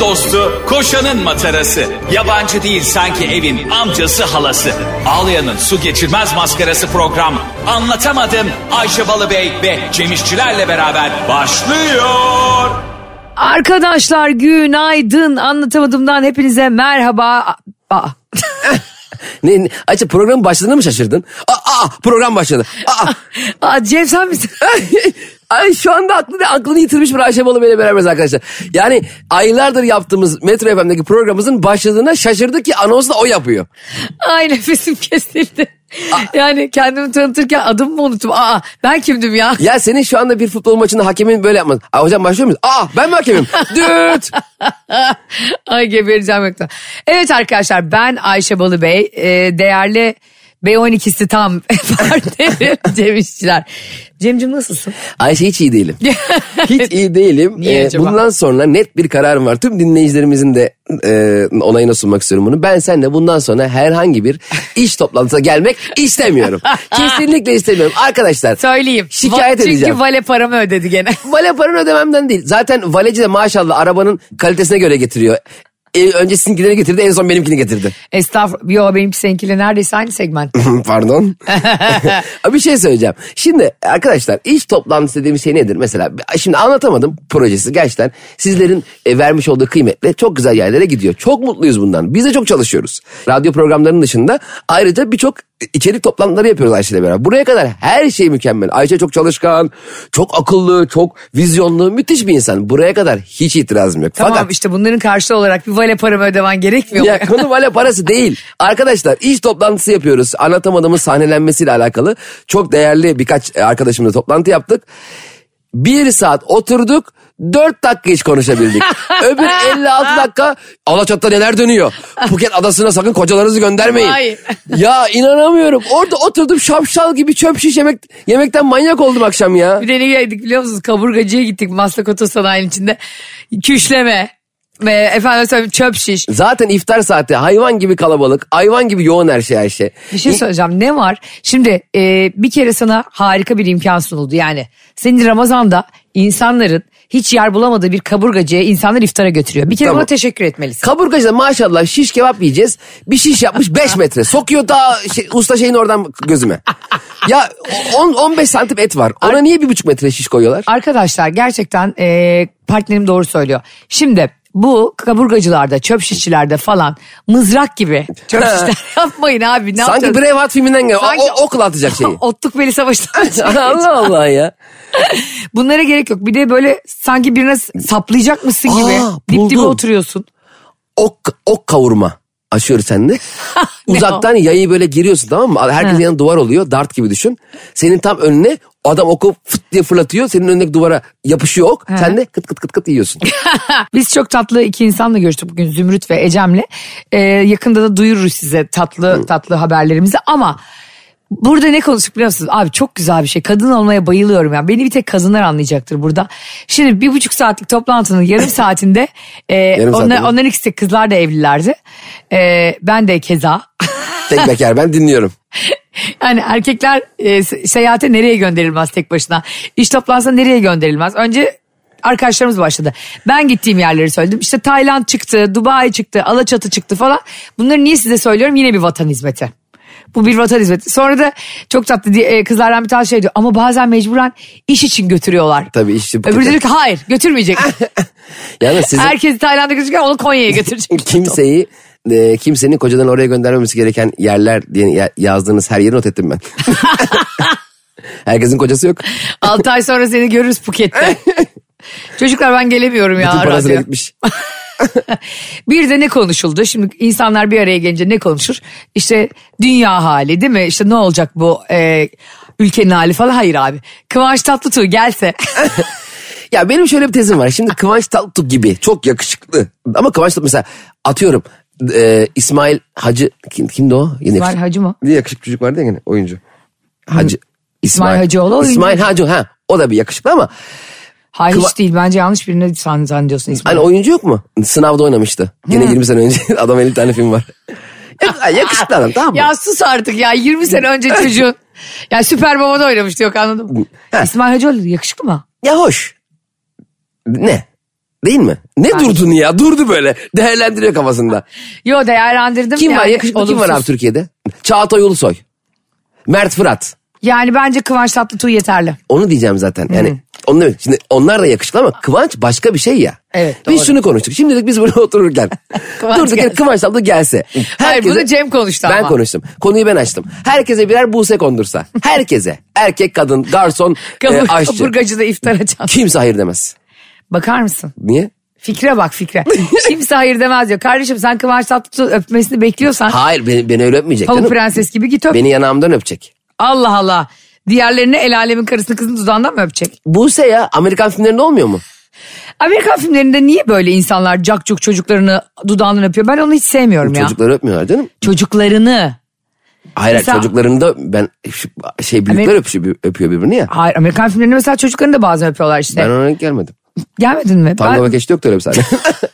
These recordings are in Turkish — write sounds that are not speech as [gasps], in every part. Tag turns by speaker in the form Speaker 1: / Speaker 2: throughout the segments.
Speaker 1: dostu, koşanın matarası. Yabancı değil sanki evin amcası halası. Ağlayanın su geçirmez maskarası program. Anlatamadım Ayşe Balıbey ve Cemişçilerle beraber başlıyor.
Speaker 2: Arkadaşlar günaydın. Anlatamadımdan hepinize merhaba. Aa,
Speaker 3: Ne, ne- Ayça programın başladığına mı şaşırdın? Aa, aa, program başladı. Aa.
Speaker 2: aa, Cem sen misin? [laughs]
Speaker 3: Ay şu anda aklını, aklını yitirmiş bir Ayşe Balı ile beraberiz arkadaşlar. Yani aylardır yaptığımız Metro FM'deki programımızın başladığına şaşırdı ki anonsla o yapıyor.
Speaker 2: Ay nefesim kesildi. Yani kendimi tanıtırken adımı mı unuttum? Aa ben kimdim ya?
Speaker 3: Ya senin şu anda bir futbol maçında hakemin böyle yapmaz. Aa, hocam başlıyor muyuz? Aa ben mi hakemim? Düt.
Speaker 2: [laughs] Ay gebereceğim yoktan. Evet arkadaşlar ben Ayşe Balıbey. Ee, değerli B12'si tam [laughs] partnerim Cem İşçiler. Cem'cim nasılsın?
Speaker 3: Ayşe hiç iyi değilim. Hiç iyi değilim. Ee,
Speaker 2: Niye acaba?
Speaker 3: Bundan sonra net bir kararım var. Tüm dinleyicilerimizin de e, onayına sunmak istiyorum bunu. Ben seninle bundan sonra
Speaker 2: [laughs]
Speaker 3: herhangi bir iş toplantısına gelmek istemiyorum. Kesinlikle istemiyorum.
Speaker 2: [laughs]
Speaker 3: Arkadaşlar.
Speaker 2: Söyleyeyim.
Speaker 3: Şikayet
Speaker 2: Çünkü
Speaker 3: edeceğim.
Speaker 2: Çünkü vale paramı ödedi gene. [laughs]
Speaker 3: Vale paranı ödememden değil. Zaten valeci de maşallah arabanın kalitesine göre getiriyor. E, önce sizinkileri getirdi en son benimkini getirdi.
Speaker 2: Estağfurullah. Yo benimki seninkiyle neredeyse aynı segment.
Speaker 3: [laughs] Pardon. bir şey söyleyeceğim. Şimdi arkadaşlar iş toplantısı dediğimiz şey nedir? Mesela şimdi anlatamadım projesi gerçekten sizlerin e, vermiş olduğu kıymetle çok güzel yerlere gidiyor. Çok mutluyuz bundan. Biz de çok çalışıyoruz. Radyo programlarının dışında ayrıca birçok içerik toplantıları yapıyoruz Ayşe ile beraber. Buraya kadar her şey mükemmel. Ayşe çok çalışkan, çok akıllı, çok vizyonlu, müthiş bir insan. Buraya kadar hiç itirazım yok.
Speaker 2: Tamam
Speaker 3: Fakat
Speaker 2: işte bunların karşılığı olarak bir vale paramı ödemen gerekmiyor mu?
Speaker 3: ya konu vale parası değil. Arkadaşlar iş toplantısı yapıyoruz. Anlatamadığımın sahnelenmesiyle alakalı. Çok değerli birkaç e, arkadaşımla toplantı yaptık. Bir saat oturduk. Dört dakika
Speaker 2: [laughs]
Speaker 3: hiç konuşabildik. Öbür 56 dakika Alaçat'ta neler dönüyor. Phuket adasına sakın kocalarınızı göndermeyin.
Speaker 2: Vay.
Speaker 3: Ya inanamıyorum. Orada oturdum şapşal gibi çöp şiş yemek, yemekten manyak oldum akşam
Speaker 2: [laughs]
Speaker 3: ya.
Speaker 2: Bir de nereye gittik biliyor musunuz? Kaburgacıya gittik Maslak Otosanayi'nin içinde. Küşleme. Ve efendim söyleyeyim çöp şiş.
Speaker 3: Zaten iftar saati hayvan gibi kalabalık. Hayvan gibi yoğun her şey her şey.
Speaker 2: Bir şey söyleyeceğim ne var? Şimdi e, bir kere sana harika bir imkan sunuldu. Yani senin Ramazan'da insanların hiç yer bulamadığı bir kaburgacıya insanlar iftara götürüyor. Bir kere
Speaker 3: Tamam.
Speaker 2: ona teşekkür etmelisin.
Speaker 3: Kaburgacıda maşallah şiş kebap yiyeceğiz. Bir şiş yapmış 5 metre. Sokuyor daha şey- usta şeyin oradan gözüme. Ya on- 15 santim et var. Ona niye bir buçuk metre şiş koyuyorlar?
Speaker 2: Arkadaşlar gerçekten e, partnerim doğru söylüyor. Şimdi bu kaburgacılarda, çöp şişçilerde falan mızrak gibi çöp şişler [laughs] yapmayın abi. Ne
Speaker 3: Sanki
Speaker 2: yapacağız?
Speaker 3: Braveheart filminden geliyor. O-
Speaker 2: Sanki- şey.
Speaker 3: O, okla atacak şeyi.
Speaker 2: [laughs] Otluk beli
Speaker 3: [laughs]
Speaker 2: savaştan
Speaker 3: Allah Allah ya.
Speaker 2: Bunlara gerek yok. Bir de böyle sanki birine saplayacakmışsın gibi.
Speaker 3: Aa,
Speaker 2: Dip dibe
Speaker 3: buldum.
Speaker 2: oturuyorsun.
Speaker 3: Ok, ok kavurma
Speaker 2: [laughs]
Speaker 3: aşıyoruz seninle. Uzaktan yayı böyle giriyorsun tamam mı? Herkesin yanında duvar oluyor. Dart gibi düşün. Senin tam önüne adam oku fıt diye fırlatıyor. Senin önündeki duvara yapışıyor ok. Sen de kıt kıt kıt kıt yiyorsun.
Speaker 2: Biz çok tatlı iki insanla görüştük bugün Zümrüt ve Ecem'le. Ee, yakında da duyururuz size tatlı tatlı haberlerimizi ama... Burada ne konuştuk biliyor musunuz? Abi çok güzel bir şey. Kadın olmaya bayılıyorum ya. Beni bir tek kadınlar anlayacaktır burada. Şimdi bir buçuk saatlik toplantının yarım saatinde e,
Speaker 3: saat
Speaker 2: onlar,
Speaker 3: mi?
Speaker 2: onların ikisi de kızlar da evlilerdi. E, ben de keza.
Speaker 3: Tek bekar ben dinliyorum.
Speaker 2: Yani erkekler e, se- seyahate nereye gönderilmez tek başına? İş toplantısına nereye gönderilmez? Önce arkadaşlarımız başladı. Ben gittiğim yerleri söyledim. İşte Tayland çıktı, Dubai çıktı, Alaçatı çıktı falan. Bunları niye size söylüyorum? Yine bir vatan hizmeti. Bu bir vatan hizmeti. Sonra da çok tatlı diye, e, kızlardan bir tane şey diyor. Ama bazen mecburen iş için götürüyorlar.
Speaker 3: Tabii işçi
Speaker 2: Öbürü de diyor ki hayır
Speaker 3: [laughs]
Speaker 2: götürmeyecek.
Speaker 3: Yani sizin
Speaker 2: Herkesi Tayland'a götürürken onu Konya'ya götürecek.
Speaker 3: [laughs] kimseyi e, kimsenin kocadan oraya göndermemesi gereken yerler diye ya- yazdığınız her yeri not
Speaker 2: [laughs]
Speaker 3: ettim ben. Herkesin kocası yok.
Speaker 2: 6 ay sonra seni görürüz
Speaker 3: [laughs]
Speaker 2: Phuket'te. Çocuklar ben gelemiyorum ya.
Speaker 3: Tüm parasına
Speaker 2: radyo.
Speaker 3: gitmiş.
Speaker 2: Bir de ne konuşuldu? Şimdi insanlar bir araya gelince ne konuşur? İşte dünya hali değil mi? İşte ne olacak bu e, ülkenin hali falan? Hayır abi. Kıvanç Tatlıtuğ
Speaker 3: [laughs]
Speaker 2: gelse.
Speaker 3: Ya benim şöyle bir tezim var. Şimdi Kıvanç Tatlıtuğ gibi çok yakışıklı. Ama Kıvanç Tatlıtuğ mesela atıyorum e, İsmail Hacı kim, kimdi o? Yine
Speaker 2: İsmail Hacı mı?
Speaker 3: Bir yakışıklı çocuk vardı ya yine oyuncu. Hacı.
Speaker 2: Hacıoğlu oyuncu.
Speaker 3: İsmail Hacı ha o da bir yakışıklı ama
Speaker 2: Hayır
Speaker 3: Kıva-
Speaker 2: hiç değil. Bence yanlış birine san- zannediyorsun İsmail.
Speaker 3: Hani oyuncu yok mu? Sınavda oynamıştı. Yine 20 sene önce. [laughs] Adam 50 tane film var. Yak- Yakışıklı adam tamam mı?
Speaker 2: Ya sus artık ya 20 sene önce
Speaker 3: [laughs]
Speaker 2: çocuğun. ya Süper Baba'da oynamıştı yok anladım.
Speaker 3: Ha.
Speaker 2: İsmail Hacıoğlu yakışıklı mı?
Speaker 3: Ya hoş. Ne? Değil mi? Ne durdun ya? Durdu böyle. Değerlendiriyor kafasında.
Speaker 2: Yo değerlendirdim.
Speaker 3: Kim var
Speaker 2: yani,
Speaker 3: yakışıklı kim var
Speaker 2: olumsuz.
Speaker 3: abi Türkiye'de? Çağatay Ulusoy. Mert Fırat.
Speaker 2: Yani bence Kıvanç Tatlıtuğ yeterli.
Speaker 3: Onu diyeceğim zaten.
Speaker 2: Hmm.
Speaker 3: Yani onu demek. Şimdi onlar da yakışıklı ama Kıvanç başka bir şey ya.
Speaker 2: Evet,
Speaker 3: Biz
Speaker 2: doğru.
Speaker 3: şunu konuştuk. Şimdilik biz burada [laughs] otururken.
Speaker 2: [laughs] Kıvanç
Speaker 3: durduk yere
Speaker 2: gelse.
Speaker 3: Kıvanç abla gelse.
Speaker 2: Hayır
Speaker 3: Herkese-
Speaker 2: bunu Cem konuştu
Speaker 3: ben
Speaker 2: ama.
Speaker 3: konuştum. Konuyu ben açtım. Herkese birer Buse kondursa. Herkese. Erkek, kadın,
Speaker 2: [laughs]
Speaker 3: garson, e,
Speaker 2: Kabur-
Speaker 3: aşçı.
Speaker 2: kaburgacı da iftar açan.
Speaker 3: Kimse hayır demez.
Speaker 2: Bakar mısın?
Speaker 3: Niye?
Speaker 2: Fikre bak
Speaker 3: [laughs]
Speaker 2: fikre. Kimse hayır demez diyor. Kardeşim sen Kıvanç Tatlıtuğ öpmesini bekliyorsan
Speaker 3: Hayır beni, beni öyle öpmeyecek
Speaker 2: Ah. Pamuk
Speaker 3: canım.
Speaker 2: Prenses gibi git öp.
Speaker 3: Beni yanağımdan öpecek.
Speaker 2: Allah Allah. Diğerlerini el alemin karısını kızını dudağından mı öpecek?
Speaker 3: Buse ya Amerikan filmlerinde olmuyor mu?
Speaker 2: Amerikan filmlerinde niye böyle insanlar cakcuk çocuklarını dudağından öpüyor? Ben onu hiç sevmiyorum ya.
Speaker 3: Çocukları öpmüyorlar canım.
Speaker 2: Çocuklarını.
Speaker 3: Hayır
Speaker 2: Mesela-
Speaker 3: çocuklarını da ben şu- şey büyükler
Speaker 2: Amer- Ah,
Speaker 3: öpüşüyor, bir- öpüyor birbirini ya.
Speaker 2: Hayır Amerikan filmlerinde mesela çocuklarını da bazen öpüyorlar işte.
Speaker 3: Ben ona denk gelmedim.
Speaker 2: Gelmedin mi?
Speaker 3: Tango ve
Speaker 2: Ben
Speaker 3: Keşte yoktu öyle bir sahne. [laughs]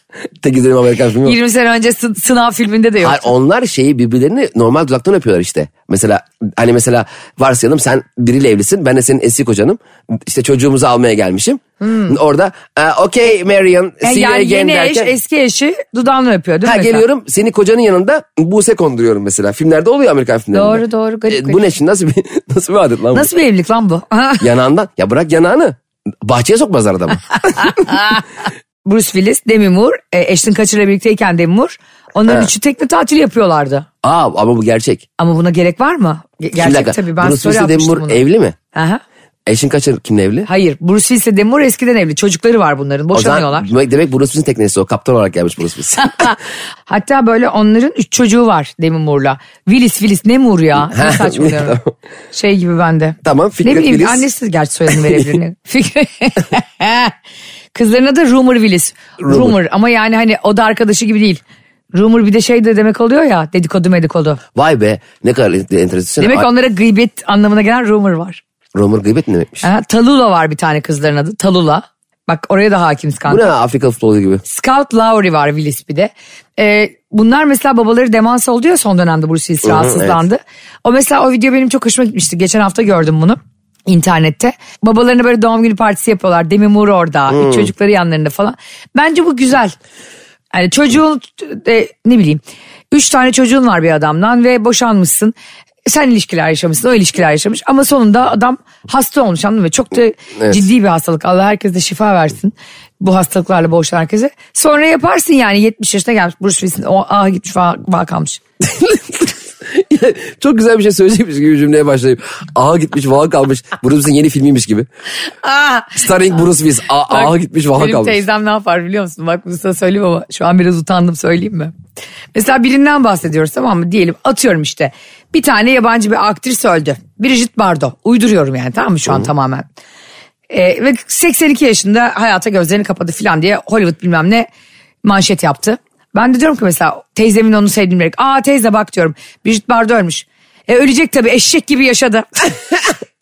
Speaker 3: Tek izlediğim Amerikan filmi yok.
Speaker 2: 20 sene önce sı- sınav filminde de yok.
Speaker 3: Hayır onlar şeyi birbirlerini normal dudaktan öpüyorlar işte. Mesela hani mesela varsayalım sen biriyle evlisin ben de senin eski kocanım. İşte çocuğumuzu almaya gelmişim. Orada "Aa, okey Marion see
Speaker 2: Hmm. E, Yani,
Speaker 3: you
Speaker 2: yani
Speaker 3: again
Speaker 2: yeni eş
Speaker 3: derken.
Speaker 2: eski eşi dudağından öpüyor değil
Speaker 3: Ha
Speaker 2: mi? mesela?
Speaker 3: geliyorum seni kocanın yanında Buse konduruyorum mesela. Filmlerde oluyor Amerikan filmlerinde. E,
Speaker 2: Doğru, doğru, garip,
Speaker 3: Bu
Speaker 2: garip.
Speaker 3: ne şimdi nasıl bir, [laughs] nasıl bir adet lan bu?
Speaker 2: Nasıl bir evlilik lan bu?
Speaker 3: Yanağından ya bırak yanağını. Bahçeye sokmazlar adamı.
Speaker 2: [laughs] Bruce Willis, Demi Moore, e, Ashton Kutcher'la birlikteyken Demi Moore. Onların üçü tekne tatili yapıyorlardı.
Speaker 3: Aa ama bu gerçek.
Speaker 2: Ama buna gerek var mı? Ge-
Speaker 3: Şimdi bir
Speaker 2: Gerçek
Speaker 3: dakika,
Speaker 2: tabii ben
Speaker 3: Bruce
Speaker 2: story
Speaker 3: Willis'le Demi
Speaker 2: atmıştım
Speaker 3: Moore
Speaker 2: bunu.
Speaker 3: evli mi?
Speaker 2: Aha.
Speaker 3: Eşin kaçır kimle evli?
Speaker 2: Hayır Bruce Willis ile Demi Moore eskiden evli. Çocukları var bunların
Speaker 3: O zaman
Speaker 2: boşanıyorlar.
Speaker 3: demek, demek Bruce Willis'in teknesi o. Kaptan olarak gelmiş Bruce
Speaker 2: [laughs]
Speaker 3: Willis.
Speaker 2: Hatta böyle onların üç çocuğu var Demi Moore'la. Willis Willis ne Moore ya? Ne
Speaker 3: [laughs]
Speaker 2: saçmalıyorum. şey gibi bende.
Speaker 3: Tamam, Fikret
Speaker 2: Ne bileyim
Speaker 3: Willis.
Speaker 2: annesi gerçi soyadını verebilir.
Speaker 3: [laughs]
Speaker 2: Fikret. [laughs] Kızların adı Rumor Willis.
Speaker 3: Rumor.
Speaker 2: Rumor. ama yani hani o da arkadaşı gibi değil. Rumor bir de şey de demek oluyor ya dedikodu medikodu.
Speaker 3: Vay be ne kadar en- enteresan.
Speaker 2: Demek
Speaker 3: Ay,
Speaker 2: ki onlara gıybet anlamına gelen rumor var.
Speaker 3: Romer gıybet ne demekmiş?
Speaker 2: Ha, Talula var bir tane kızların adı. Talula. Bak oraya da hakimiz
Speaker 3: Bu
Speaker 2: kanka.
Speaker 3: ne Afrika futbolu gibi. [laughs]
Speaker 2: Scout Lowry var Willis bir de. Ee, bunlar mesela babaları demans oldu ya son dönemde Bruce Willis
Speaker 3: Hı hı,
Speaker 2: rahatsızlandı. O mesela o video benim çok hoşuma gitmişti. Geçen hafta gördüm bunu internette. Babalarına böyle doğum günü partisi yapıyorlar. Demi Moore orada. Çocukları yanlarında falan. Bence bu güzel. Yani çocuğun e, ne bileyim. Üç tane çocuğun var bir adamdan ve boşanmışsın. Sen ilişkiler yaşamışsın, o ilişkiler yaşamış. Ama sonunda adam hasta olmuş anladın mı? Çok da
Speaker 3: Evet.
Speaker 2: ciddi bir hastalık. Allah herkese şifa versin. Bu hastalıklarla boğuşan herkese. Sonra yaparsın yani 70 yaşına gelmiş Bruce Willis'in o ah gitmiş vaka kalmış.
Speaker 3: Çok güzel bir şey söyleyecekmiş gibi cümleye başlayıp. Aha gitmiş vaha kalmış. Bruce Willis'in yeni filmiymiş gibi.
Speaker 2: Ah!
Speaker 3: Starring Bruce Willis. Aa, aha
Speaker 2: Bak,
Speaker 3: gitmiş vaha
Speaker 2: benim
Speaker 3: kalmış. [laughs]
Speaker 2: teyzem ne yapar biliyor musun? Bak bunu sana söyleyeyim ama şu an biraz utandım söyleyeyim mi? Mesela birinden bahsediyoruz tamam mı? Diyelim atıyorum işte. Bir tane yabancı bir aktris öldü. Brigitte Bardot. Uyduruyorum yani tamam mı şu an tamamen. Ee, ve 82 yaşında hayata gözlerini kapadı filan diye Hollywood bilmem ne manşet yaptı. Ben de diyorum ki mesela teyzemin onu sevdiğim direkt. Aa teyze bak diyorum. Brigitte Bardot ölmüş. E ölecek tabii eşek gibi yaşadı.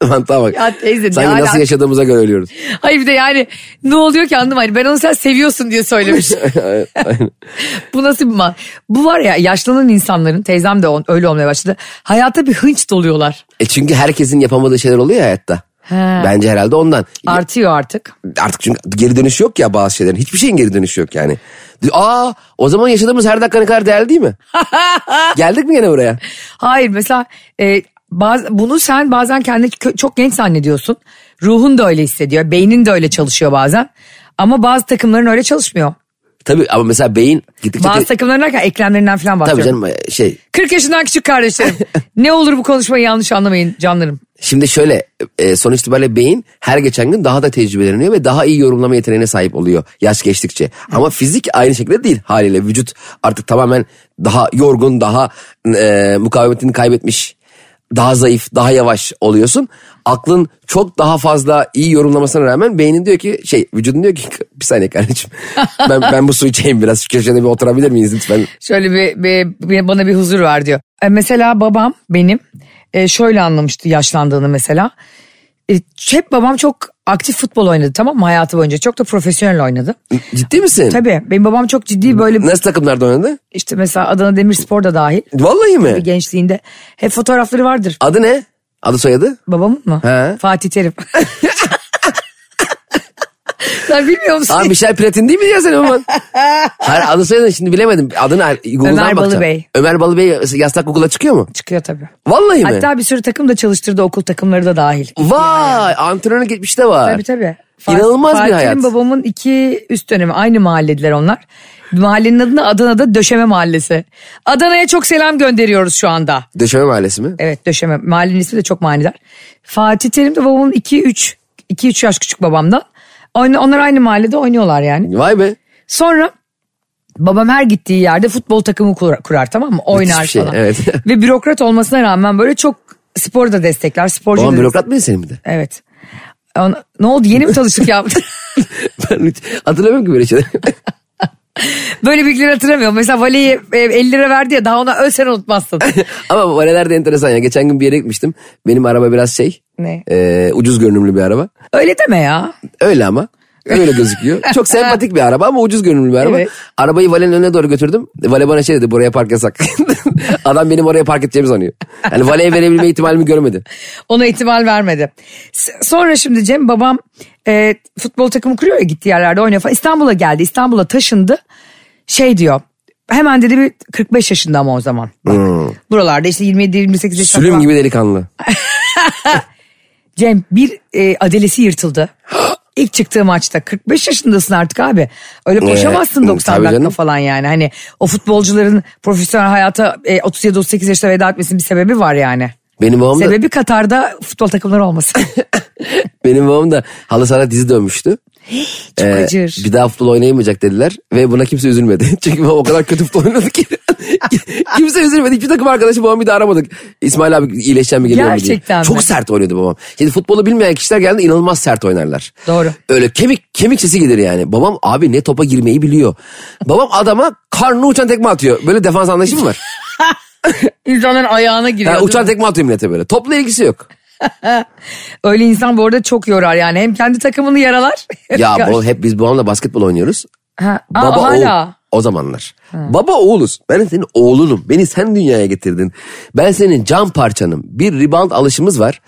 Speaker 3: Mantığa bak.
Speaker 2: Ya teyze, ne
Speaker 3: Sanki nasıl
Speaker 2: alaka?
Speaker 3: yaşadığımıza göre ölüyoruz.
Speaker 2: Hayır bir de yani ne oluyor ki anlamadım. Hani ben onu sen seviyorsun diye
Speaker 3: [laughs]
Speaker 2: söylemiş. [laughs] Bu nasıl bir man? Bu var ya yaşlanan insanların teyzem de on, öyle olmaya başladı. Hayata bir hınç doluyorlar.
Speaker 3: E çünkü herkesin yapamadığı şeyler oluyor ya hayatta.
Speaker 2: He.
Speaker 3: Bence herhalde ondan.
Speaker 2: Artıyor artık.
Speaker 3: Artık çünkü geri dönüşü yok ya bazı şeylerin. Hiçbir şeyin geri dönüşü yok yani. Aa o zaman yaşadığımız her dakika ne kadar değerli
Speaker 2: [laughs]
Speaker 3: değil mi? Geldik mi gene buraya?
Speaker 2: Hayır mesela e, baz- bunu sen bazen kendini kö- çok genç zannediyorsun. Ruhun da öyle hissediyor. Beynin de öyle çalışıyor bazen. Ama bazı takımların öyle çalışmıyor.
Speaker 3: Tabii ama mesela beyin gittikçe...
Speaker 2: Bazı takımların derken eklemlerinden falan
Speaker 3: Tabii
Speaker 2: bahsediyorum.
Speaker 3: canım şey
Speaker 2: 40 yaşından küçük
Speaker 3: [laughs]
Speaker 2: kardeşlerim. ne olur bu konuşmayı yanlış anlamayın canlarım.
Speaker 3: şimdi şöyle e, sonuç itibariyle beyin her geçen gün daha da tecrübeleniyor ve daha iyi yorumlama yeteneğine sahip oluyor yaş geçtikçe. Ama fizik aynı şekilde değil haliyle vücut artık tamamen daha yorgun daha e, mukavemetini kaybetmiş daha zayıf daha yavaş oluyorsun. Aklın çok daha fazla iyi yorumlamasına rağmen beynin diyor ki şey vücudun diyor ki [laughs] bir saniye kardeşim ben, ben bu suyu içeyim biraz şu köşede bir oturabilir miyiz lütfen.
Speaker 2: Şöyle bir, bir- bir- bana bir huzur ver diyor. E, mesela babam benim e, şöyle anlamıştı yaşlandığını mesela. E, hep babam çok aktif futbol oynadı tamam mı hayatı boyunca. Çok da profesyonel oynadı.
Speaker 3: Ciddi misin?
Speaker 2: Tabii benim babam çok ciddi böyle
Speaker 3: Nasıl takımlarda oynadı?
Speaker 2: işte mesela Adana Demirspor da dahil
Speaker 3: Vallahi mi?
Speaker 2: gençliğinde. Hep fotoğrafları vardır
Speaker 3: Adı ne? Adı soyadı?
Speaker 2: babamın mı?
Speaker 3: He.
Speaker 2: Fatih Terim. [laughs] Sen bilmiyor musun?
Speaker 3: Abi Michel Platin değil mi diyorsun
Speaker 2: [laughs]
Speaker 3: Ömer? Hayır adı soyadını şimdi bilemedim. Adını Google'dan
Speaker 2: Ömer
Speaker 3: bakacağım.
Speaker 2: Balıbey.
Speaker 3: Ömer Balıbey yastak Google'a çıkıyor mu?
Speaker 2: Çıkıyor tabii.
Speaker 3: Vallahi mi?
Speaker 2: Hatta bir sürü takım da çalıştırdı okul takımları da dahil.
Speaker 3: Vay antrenörlük geçmiş de var.
Speaker 2: Tabii tabii.
Speaker 3: İnanılmaz bir
Speaker 2: Fatih'in
Speaker 3: hayat.
Speaker 2: babamın iki üst dönemi aynı mahallediler onlar. Mahallenin adını Adana'da Döşeme Mahallesi. Adana'ya çok selam gönderiyoruz şu anda.
Speaker 3: Döşeme mahallesi mi?
Speaker 2: Evet Döşeme. Mahallenin ismi de çok manidar. Fatih Terim de babamın 2-3 2-3 yaş küçük babamdan. Oyna- Onlar aynı mahallede oynuyorlar yani.
Speaker 3: Vay be.
Speaker 2: Sonra babam her gittiği yerde futbol takımı kurar, kurar tamam mı? Oynar
Speaker 3: bir şey,
Speaker 2: falan.
Speaker 3: evet.
Speaker 2: [laughs] Ve bürokrat olmasına rağmen böyle çok sporu da destekler. Sporcu
Speaker 3: Babam
Speaker 2: da
Speaker 3: bürokrat mıydı senin bir de? [laughs]
Speaker 2: Evet. Ona- ne oldu yeni mi tanıştık ya?
Speaker 3: Ben hiç hatırlamıyorum ki böyle şeyleri.
Speaker 2: Böyle bilgileri hatırlamıyorum. Mesela valeyi e, 50 lira verdi ya daha ona ölsen
Speaker 3: [laughs]
Speaker 2: unutmazsın.
Speaker 3: [laughs] Ama valeler de enteresan ya. Geçen gün bir yere gitmiştim. Benim araba biraz şey.
Speaker 2: Ne?
Speaker 3: e, ucuz görünümlü bir araba.
Speaker 2: Öyle deme ya.
Speaker 3: Öyle ama. Öyle gözüküyor. Çok sempatik bir araba ama ucuz görünümlü bir araba.
Speaker 2: Evet.
Speaker 3: Arabayı valenin önüne doğru götürdüm. Vale bana şey dedi buraya park yasak. [laughs] Adam benim oraya park edeceğimi sanıyor. Yani valeye verebilme ihtimalimi görmedi.
Speaker 2: Ona ihtimal vermedi. S- Sonra şimdi Cem babam e, futbol takımı kuruyor ya gittiği yerlerde oynuyor falan. İstanbul'a geldi. İstanbul'a taşındı. Şey diyor. Hemen dedi bir 45 yaşında ama o zaman. Bak, Buralarda işte 27-28 yaşında.
Speaker 3: Hmm. Sülüm
Speaker 2: falan.
Speaker 3: gibi delikanlı.
Speaker 2: Cem bir e, adelesi yırtıldı. [gasps] İlk çıktığı maçta 45 yaşındasın artık abi. Öyle koşamazsın
Speaker 3: Ee,
Speaker 2: 90
Speaker 3: tabii
Speaker 2: dakika
Speaker 3: canım.
Speaker 2: falan yani. Hani o futbolcuların profesyonel hayata e, 37-38 yaşta veda etmesinin bir sebebi var yani.
Speaker 3: Benim babam da,
Speaker 2: Sebebi Katar'da futbol takımları
Speaker 3: [laughs]
Speaker 2: olması.
Speaker 3: benim babam da halı sahada dizi dönmüştü.
Speaker 2: Çok
Speaker 3: Ee,
Speaker 2: acır.
Speaker 3: bir daha futbol oynayamayacak dediler ve buna kimse üzülmedi. [laughs] Çünkü babam o kadar kötü futbol oynadı ki. [laughs] kimse üzülmedi. Hiçbir takım arkadaşı babam bir de aramadık. İsmail abi iyileşen mi geliyor mu diye.
Speaker 2: Gerçekten mi?
Speaker 3: Çok sert oynuyordu babam. Şimdi futbolu bilmeyen kişiler geldi inanılmaz sert oynarlar.
Speaker 2: Doğru.
Speaker 3: Öyle kemik kemik sesi gelir yani. Babam abi ne topa girmeyi biliyor. babam adama karnına uçan tekme atıyor. Böyle defans anlayışı
Speaker 2: [laughs]
Speaker 3: mı var?
Speaker 2: İnsanların ayağına giriyor.
Speaker 3: Ha,
Speaker 2: değil
Speaker 3: uçan
Speaker 2: mi?
Speaker 3: tekme atıyor millete böyle. Topla
Speaker 2: [laughs]
Speaker 3: ilgisi yok.
Speaker 2: Öyle insan bu arada çok yorar yani. Hem kendi takımını yaralar.
Speaker 3: Ya baba, hep biz babamla basketbol oynuyoruz.
Speaker 2: Ha, aa,
Speaker 3: Baba oğul.
Speaker 2: hala.
Speaker 3: O zamanlar. Baba oğuluz. Ben senin oğlunum. Beni sen dünyaya getirdin. Ben senin can parçanım. Bir rebound alışımız var.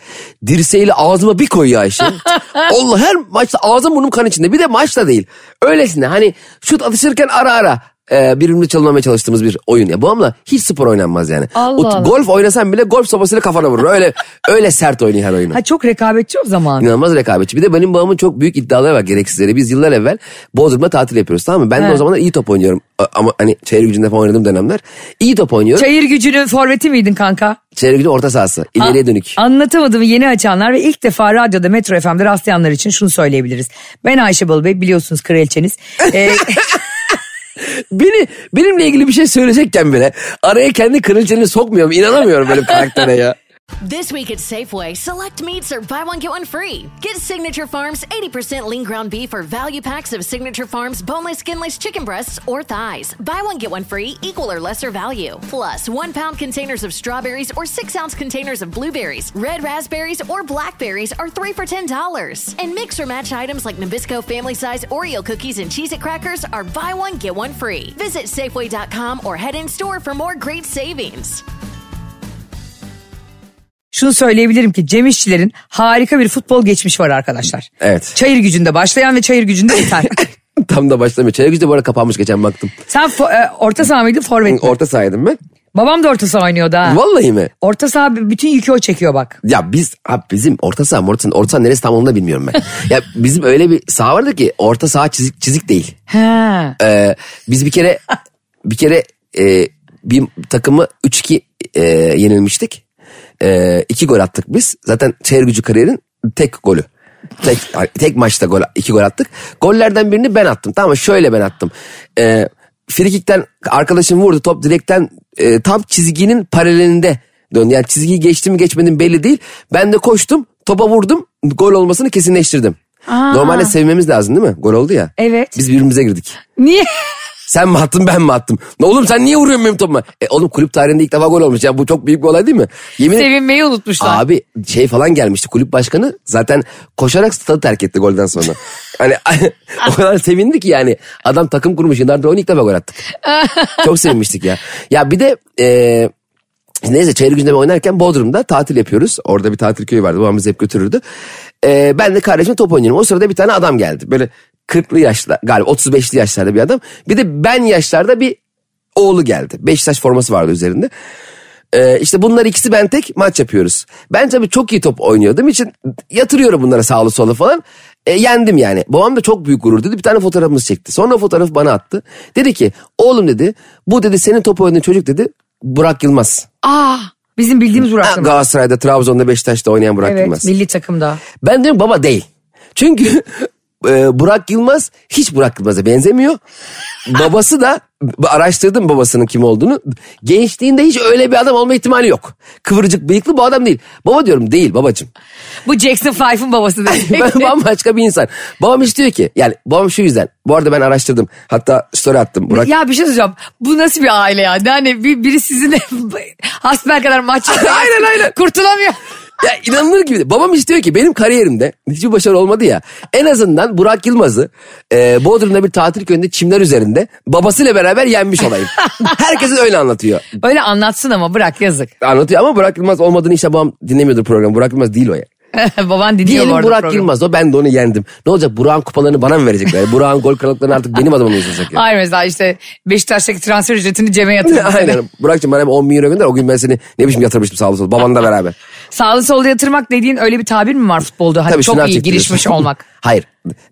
Speaker 3: Dirseğiyle ağzıma bir koyuyor Ayşe.
Speaker 2: [laughs]
Speaker 3: Allah her maçta ağzım burnum kan içinde. Bir de maçta değil. Öylesine hani şut atışırken ara ara e, birbirimizi çalınmaya çalıştığımız bir oyun. Ya babamla hiç spor oynanmaz yani.
Speaker 2: Allah Allah.
Speaker 3: Golf oynasan bile golf sopasıyla kafana
Speaker 2: [laughs]
Speaker 3: vurur. Öyle öyle sert oynuyor her oyunu.
Speaker 2: Ha, çok rekabetçi o zaman.
Speaker 3: İnanılmaz rekabetçi. Bir de benim babamın çok büyük iddiaları var gereksizleri. Biz yıllar evvel Bodrum'da tatil yapıyoruz tamam mı? Ben de
Speaker 2: He.
Speaker 3: o zamanlar iyi top oynuyorum. A- Ama hani çayır gücünde falan oynadığım dönemler. İyi top oynuyorum.
Speaker 2: Çayır gücünün forveti miydin kanka?
Speaker 3: Çayır gücü orta sahası. ileriye
Speaker 2: An-
Speaker 3: dönük.
Speaker 2: Anlatamadığımı yeni açanlar ve ilk defa radyoda Metro FM'de rastlayanlar için şunu söyleyebiliriz. Ben Ayşe Balıbey biliyorsunuz
Speaker 3: [laughs]
Speaker 2: kraliçeniz. Ee,
Speaker 3: Beni benimle ilgili bir şey söyleyecekken bile araya kendi kraliçeni sokmuyorum. İnanamıyorum benim karaktere ya.
Speaker 4: This week at Safeway, select meats are buy one, get one free. Get Signature Farms 80% lean ground beef or value packs of Signature Farms boneless, skinless chicken breasts or thighs. Buy one, get one free, equal or lesser value. Plus, one pound containers of strawberries or six ounce containers of blueberries, red raspberries, or blackberries are three for $10. And mix or match items like Nabisco family size Oreo cookies and Cheez It crackers are buy one, get one free. Visit Safeway.com or head in store for more great savings.
Speaker 2: şunu söyleyebilirim ki Cem İşçilerin harika bir futbol geçmişi var arkadaşlar.
Speaker 3: Evet.
Speaker 2: Çayır gücünde başlayan ve çayır gücünde biten.
Speaker 3: [laughs] [laughs] Tam da başlamıyor. Çayır gücü de bu arada kapanmış geçen baktım.
Speaker 2: Sen fo- e, orta saha mıydın forvet mi?
Speaker 3: Orta sahaydım ben.
Speaker 2: Babam da orta saha oynuyordu ha.
Speaker 3: Vallahi mi?
Speaker 2: Orta saha b- bütün yükü o çekiyor bak.
Speaker 3: Ya biz abi bizim orta saha mı, orta saha, orta saha neresi tam onu da bilmiyorum [laughs] ben. ya bizim öyle bir saha vardı ki orta saha çizik, çizik değil.
Speaker 2: He.
Speaker 3: Ee, biz bir kere bir kere e, bir takımı 3-2 e, yenilmiştik. E, iki gol attık biz. Zaten çayır gücü kariyerin tek golü. Tek, tek maçta gol, iki gol attık. Gollerden birini ben attım. Tamam mı? Şöyle ben attım. E, frikikten arkadaşım vurdu. Top direkten e, tam çizginin paralelinde döndü. Yani çizgiyi geçti mi geçmedim belli değil. Ben de koştum. Topa vurdum. Gol olmasını kesinleştirdim.
Speaker 2: Aa.
Speaker 3: Normalde sevmemiz lazım değil mi? Gol oldu ya.
Speaker 2: Evet.
Speaker 3: Biz birbirimize girdik.
Speaker 2: [laughs] Niye?
Speaker 3: Sen mi attın ben mi attım? Ne oğlum sen niye vuruyorsun benim topuma? E oğlum kulüp tarihinde ilk defa gol olmuş. Ya bu çok büyük bir olay değil mi? Yemin
Speaker 2: Sevinmeyi unutmuşlar.
Speaker 3: Abi şey falan gelmişti kulüp başkanı zaten koşarak stadı terk etti golden sonra. hani [laughs] o kadar sevindi ki yani adam takım kurmuş yıllardır onu ilk defa gol attık. çok sevinmiştik ya. Ya bir de e, Neyse çayır gündeme oynarken Bodrum'da tatil yapıyoruz. Orada bir tatil köyü vardı. Babam bizi hep götürürdü. E, ben de kardeşimle top oynuyorum. O sırada bir tane adam geldi. Böyle 40'lı yaşlar galiba 35'li yaşlarda bir adam. Bir de ben yaşlarda bir oğlu geldi. Beşiktaş forması vardı üzerinde. Ee, işte bunlar ikisi ben tek maç yapıyoruz. Ben tabii çok iyi top oynuyordum için yatırıyorum bunlara sağlı solu falan. E, yendim yani. Babam da çok büyük gurur dedi. Bir tane fotoğrafımız çekti. Sonra fotoğrafı bana attı. Dedi ki oğlum dedi bu dedi senin top oynadığın çocuk dedi Burak Yılmaz.
Speaker 2: Aa, Ah, bizim bildiğimiz
Speaker 3: Ha,
Speaker 2: Burak Yılmaz.
Speaker 3: Galatasaray'da Trabzon'da Beşiktaş'ta oynayan Burak
Speaker 2: Evet
Speaker 3: Yılmaz.
Speaker 2: milli takımda.
Speaker 3: Ben diyorum baba değil. Çünkü [laughs] e, Burak Yılmaz hiç Burak Yılmaz'a benzemiyor. Babası da araştırdım babasının kim olduğunu. Gençliğinde hiç öyle bir adam olma ihtimali yok. Kıvırcık bıyıklı bu adam değil. Baba diyorum değil babacım.
Speaker 2: Bu Jackson Five'ın babası demek.
Speaker 3: [laughs] Ben bambaşka bir insan. Babam hiç diyor ki yani babam şu yüzden. Bu arada ben araştırdım. Hatta story attım. Burak
Speaker 2: Ya bir şey söyleyeceğim. Bu nasıl bir aile ya? Yani bir, biri sizinle [laughs] hasbel kadar
Speaker 3: [laughs]
Speaker 2: maç yapıyor.
Speaker 3: Aynen, aynen.
Speaker 2: Kurtulamıyor.
Speaker 3: Ya inanılır gibi. değil. Babam istiyor ki benim kariyerimde hiçbir başarı olmadı ya. En azından Burak Yılmaz'ı e, Bodrum'da bir tatil köyünde çimler üzerinde babasıyla beraber yenmiş
Speaker 2: [laughs]
Speaker 3: olayım. Herkese öyle anlatıyor.
Speaker 2: Öyle anlatsın ama bırak yazık. [laughs]
Speaker 3: Anlatıyor ama Burak Yılmaz olmadığını işte babam dinlemiyordur programı. Burak Yılmaz değil o ya.
Speaker 2: Baban dinliyor
Speaker 3: Diyelim
Speaker 2: bu
Speaker 3: Burak
Speaker 2: arada programı.
Speaker 3: Yılmaz o ben de onu yendim. Ne olacak Burak'ın kupalarını bana
Speaker 2: [laughs]
Speaker 3: mı verecekler? Burak'ın gol kralıklarını artık benim adıma mı yazılacak ya?
Speaker 2: Hayır mesela işte Beşiktaş'taki transfer ücretini Cem'e yatırmış.
Speaker 3: [laughs] Aynen. Burak'cığım bana bir 10 bin euro gönder. O gün ben seni ne biçim yatırmıştım sağ olasın. Babanla beraber.
Speaker 2: Sağlı solda yatırmak dediğin öyle bir tabir mi var futbolda? Hani
Speaker 3: Tabii
Speaker 2: çok
Speaker 3: şınav
Speaker 2: iyi
Speaker 3: çektiriyorsun. [laughs]
Speaker 2: girişmiş olmak.
Speaker 3: Hayır.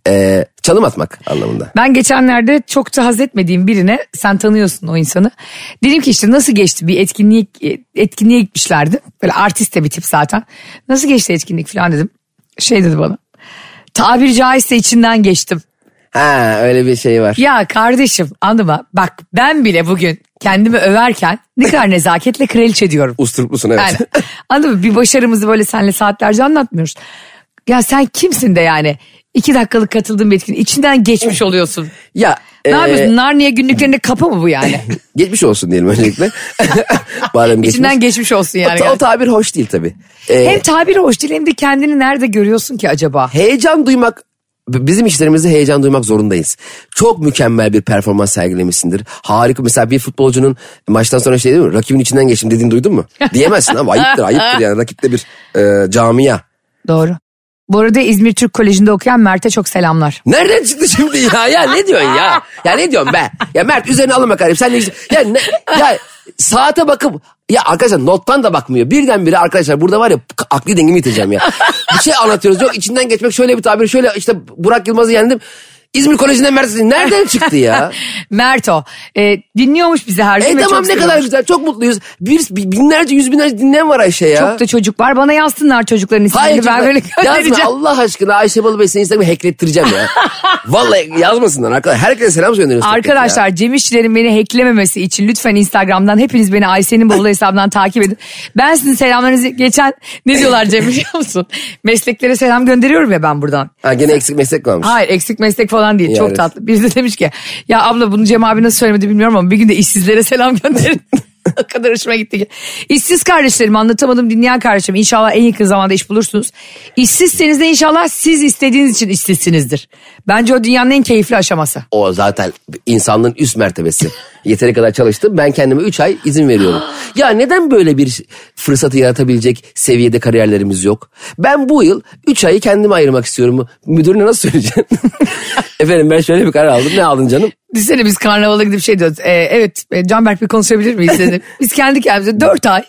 Speaker 3: E, çalım atmak anlamında.
Speaker 2: Ben geçenlerde çok da haz etmediğim birine sen tanıyorsun o insanı. Dedim ki işte nasıl geçti bir etkinlik etkinliğe gitmişlerdi. Böyle artist de bir tip zaten. Nasıl geçti etkinlik falan dedim. Şey dedi bana. Tabiri caizse içinden geçtim.
Speaker 3: Ha öyle bir şey var.
Speaker 2: Ya kardeşim anladın mı? Bak ben bile bugün kendimi överken ne kadar nezaketle kraliçe diyorum.
Speaker 3: Usturuplusun evet. [laughs]
Speaker 2: Yani anladın mı? Bir başarımızı böyle seninle saatlerce anlatmıyoruz. Ya sen kimsin de yani? iki dakikalık katıldığın bir etkinlik içinden geçmiş oluyorsun.
Speaker 3: Ya
Speaker 2: Ne
Speaker 3: e,
Speaker 2: yapıyorsun? Narnia günlüklerinde kapı mı bu
Speaker 3: [laughs]
Speaker 2: yani?
Speaker 3: geçmiş olsun diyelim öncelikle. [laughs] Madem geçmiş.
Speaker 2: İçinden geçmiş olsun yani.
Speaker 3: o, o tabir hoş değil tabii. E,
Speaker 2: hem tabiri hoş değil hem de kendini nerede görüyorsun ki acaba?
Speaker 3: heyecan duymak b- bizim işlerimizde heyecan duymak zorundayız. Çok mükemmel bir performans sergilemişsindir. Harika mesela bir futbolcunun maçtan sonra şey değil mi? Rakibin içinden geçtim dediğini duydun [laughs] mu? Diyemezsin ama ayıptır ayıptır yani rakipte bir e, camia.
Speaker 2: Doğru. Bu arada İzmir Türk Koleji'nde okuyan Mert'e çok selamlar.
Speaker 3: Nereden çıktı şimdi ya? Ya ne diyorsun ya? Ya ne diyorsun be? Ya Mert üzerine alınma kardeşim. Sen ne Ya, ne, ya saate bakıp ya arkadaşlar nottan da bakmıyor. Birdenbire arkadaşlar burada var ya k- akli dengemi yitireceğim ya. Bir şey anlatıyoruz. Yok içinden geçmek şöyle bir tabir. Şöyle işte Burak Yılmaz'ı yendim. İzmir Koleji'nden Mert'e nereden
Speaker 2: [laughs]
Speaker 3: çıktı ya?
Speaker 2: Mert o. Ee, dinliyormuş bizi her gün.
Speaker 3: e
Speaker 2: ve
Speaker 3: tamam
Speaker 2: çok
Speaker 3: ne kadar
Speaker 2: seviyormuş.
Speaker 3: güzel çok mutluyuz. Bir, binlerce yüz binlerce dinleyen var Ayşe ya.
Speaker 2: Çok da çocuk var. Bana yazsınlar çocukların isimlerini.
Speaker 3: Hayır
Speaker 2: ben
Speaker 3: canım,
Speaker 2: böyle [laughs]
Speaker 3: yazma
Speaker 2: göndereceğim.
Speaker 3: Allah aşkına Ayşe Balı Bey senin Instagram'ı hacklettireceğim
Speaker 2: [laughs]
Speaker 3: ya. Vallahi yazmasınlar arkadaşlar. Herkese selam gönderiyoruz.
Speaker 2: Arkadaşlar Cem İşçilerin beni hacklememesi için lütfen Instagram'dan hepiniz beni Ayşe'nin bavulu hesabından [laughs] takip edin. Ben sizin selamlarınızı geçen ne diyorlar Cem biliyor musun? Mesleklere selam gönderiyorum ya ben buradan.
Speaker 3: Ha gene eksik meslek kalmış.
Speaker 2: Hayır eksik meslek falan değil.
Speaker 3: İyi,
Speaker 2: Çok
Speaker 3: evet.
Speaker 2: tatlı. Birisi de demiş ki ya abla bunu Cem abi nasıl söylemedi bilmiyorum ama bir gün de işsizlere selam gönderin. [laughs] o kadar hoşuma gitti ki. İşsiz kardeşlerim anlatamadım dinleyen kardeşlerim inşallah en yakın zamanda iş bulursunuz. İşsizseniz de inşallah siz istediğiniz için işsizsinizdir. Bence o dünyanın en keyifli aşaması.
Speaker 3: O zaten insanlığın üst mertebesi. Yeteri kadar çalıştım. Ben kendime 3 ay
Speaker 2: [gasps]
Speaker 3: izin veriyorum. ya neden böyle bir fırsatı yaratabilecek seviyede kariyerlerimiz yok? Ben bu yıl 3 ayı kendime ayırmak istiyorum. Müdürüne nasıl
Speaker 2: [laughs]
Speaker 3: söyleyeceğim? Efendim ben şöyle bir karar aldım. Ne aldın canım?
Speaker 2: Düşünsene biz karnavala gidip şey diyoruz. e, evet e, Canberk bir konuşabilir miyiz dedim. biz kendi kendimize dört ay.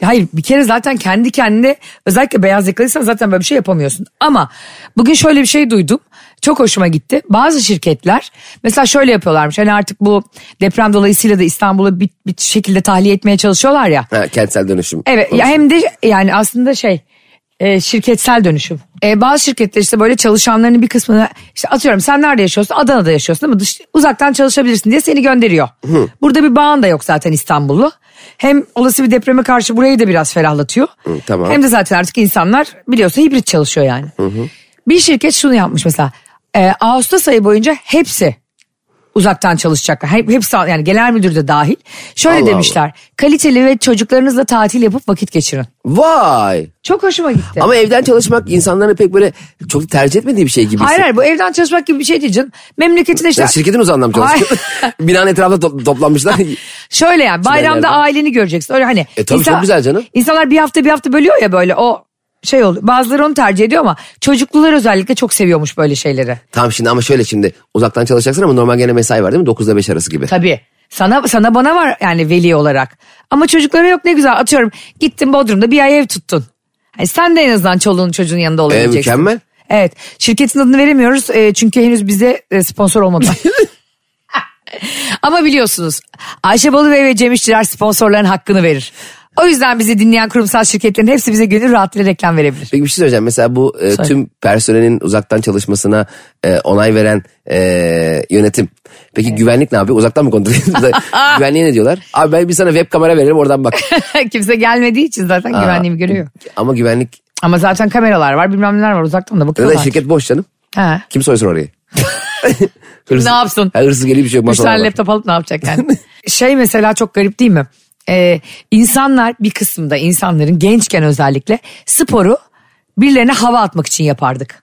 Speaker 2: Ya Hayır bir kere zaten kendi kendine özellikle beyaz yakalıysan zaten böyle bir şey yapamıyorsun. Ama bugün şöyle bir şey duydum. Çok hoşuma gitti. Bazı şirketler mesela şöyle yapıyorlarmış. Hani artık bu deprem dolayısıyla da İstanbul'u bir, bir şekilde tahliye etmeye çalışıyorlar ya.
Speaker 3: Ha, kentsel dönüşüm.
Speaker 2: Evet ya hem de yani aslında şey e, şirketsel dönüşüm. E, bazı şirketler işte böyle çalışanlarının bir kısmını işte atıyorum sen nerede yaşıyorsun? Adana'da yaşıyorsun ama dış, uzaktan çalışabilirsin diye seni gönderiyor. Burada bir bağın da yok zaten İstanbullu. Hem olası bir depreme karşı burayı da biraz ferahlatıyor.
Speaker 3: tamam.
Speaker 2: Hem de zaten artık insanlar biliyorsun hibrit çalışıyor yani. Bir şirket şunu yapmış mesela. E, Ağustos ayı boyunca hepsi uzaktan çalışacaklar. Hep, hepsi yani genel müdür de dahil. Şöyle
Speaker 3: Allah Allah.
Speaker 2: demişler. Kaliteli ve çocuklarınızla tatil yapıp vakit geçirin.
Speaker 3: Vay.
Speaker 2: Çok hoşuma gitti.
Speaker 3: Ama evden çalışmak insanların pek böyle çok tercih etmediği bir şey gibi.
Speaker 2: hayır hayır bu evden çalışmak gibi bir şey değil canım. Memleketinde işte
Speaker 3: Ya şirketin uzağından mı çalışıyor? [laughs] Binanın etrafında to- toplanmışlar.
Speaker 2: [laughs] şöyle yani bayramda
Speaker 3: yerden.
Speaker 2: aileni göreceksin. Öyle hani.
Speaker 3: E tabii çok güzel canım.
Speaker 2: İnsanlar bir hafta bir hafta bölüyor ya böyle o şey oldu. Bazıları onu tercih ediyor ama çocuklular özellikle çok seviyormuş böyle şeyleri.
Speaker 3: Tam şimdi ama şöyle şimdi uzaktan çalışacaksın ama normal gene mesai var değil mi? 9 ile 5 arası gibi.
Speaker 2: Tabii. Sana sana bana var yani veli olarak. Ama çocuklara yok ne güzel. Atıyorum gittin Bodrum'da bir ay ev tuttun. Hani sen de en azından çoluğun çocuğun yanında olabileceksin.
Speaker 3: Ee, mükemmel.
Speaker 2: Evet. Şirketin adını veremiyoruz e, çünkü henüz bize e, sponsor
Speaker 3: [laughs]
Speaker 2: olmadı. [laughs] Ama biliyorsunuz Ayşe Balıbey ve Cem İşçiler sponsorların hakkını verir. O yüzden bizi dinleyen kurumsal şirketlerin hepsi bize gönül rahatlığıyla reklam verebilir. [laughs]
Speaker 3: Peki bir şey söyleyeceğim. Mesela bu e,
Speaker 2: Söyle.
Speaker 3: tüm personelin uzaktan çalışmasına e, onay veren e, yönetim. Peki güvenlik ne yapıyor? Uzaktan
Speaker 2: [laughs]
Speaker 3: mı kontrol ediyor? Güvenliğe ne diyorlar? Abi ben bir sana web kamera veririm oradan bak.
Speaker 2: Kimse gelmediği için zaten [laughs] güvenliğimi görüyor.
Speaker 3: Ama güvenlik
Speaker 2: Ama zaten kameralar var bilmem neler var uzaktan da
Speaker 3: ya
Speaker 2: bakıyorlar.
Speaker 3: da şirket boş canım.
Speaker 2: He.
Speaker 3: Kim soysun orayı? [laughs]
Speaker 2: [laughs]
Speaker 3: Hırsız-
Speaker 2: Ne yapsın?
Speaker 3: Ha, hırsız geliyor bir şey yok.
Speaker 2: Üç
Speaker 3: masalar
Speaker 2: tane
Speaker 3: var.
Speaker 2: laptop alıp ne yapacak yani?
Speaker 3: [laughs]
Speaker 2: şey mesela çok garip değil mi? Ee, insanlar bir kısımda insanların gençken özellikle sporu birilerine hava atmak için yapardık.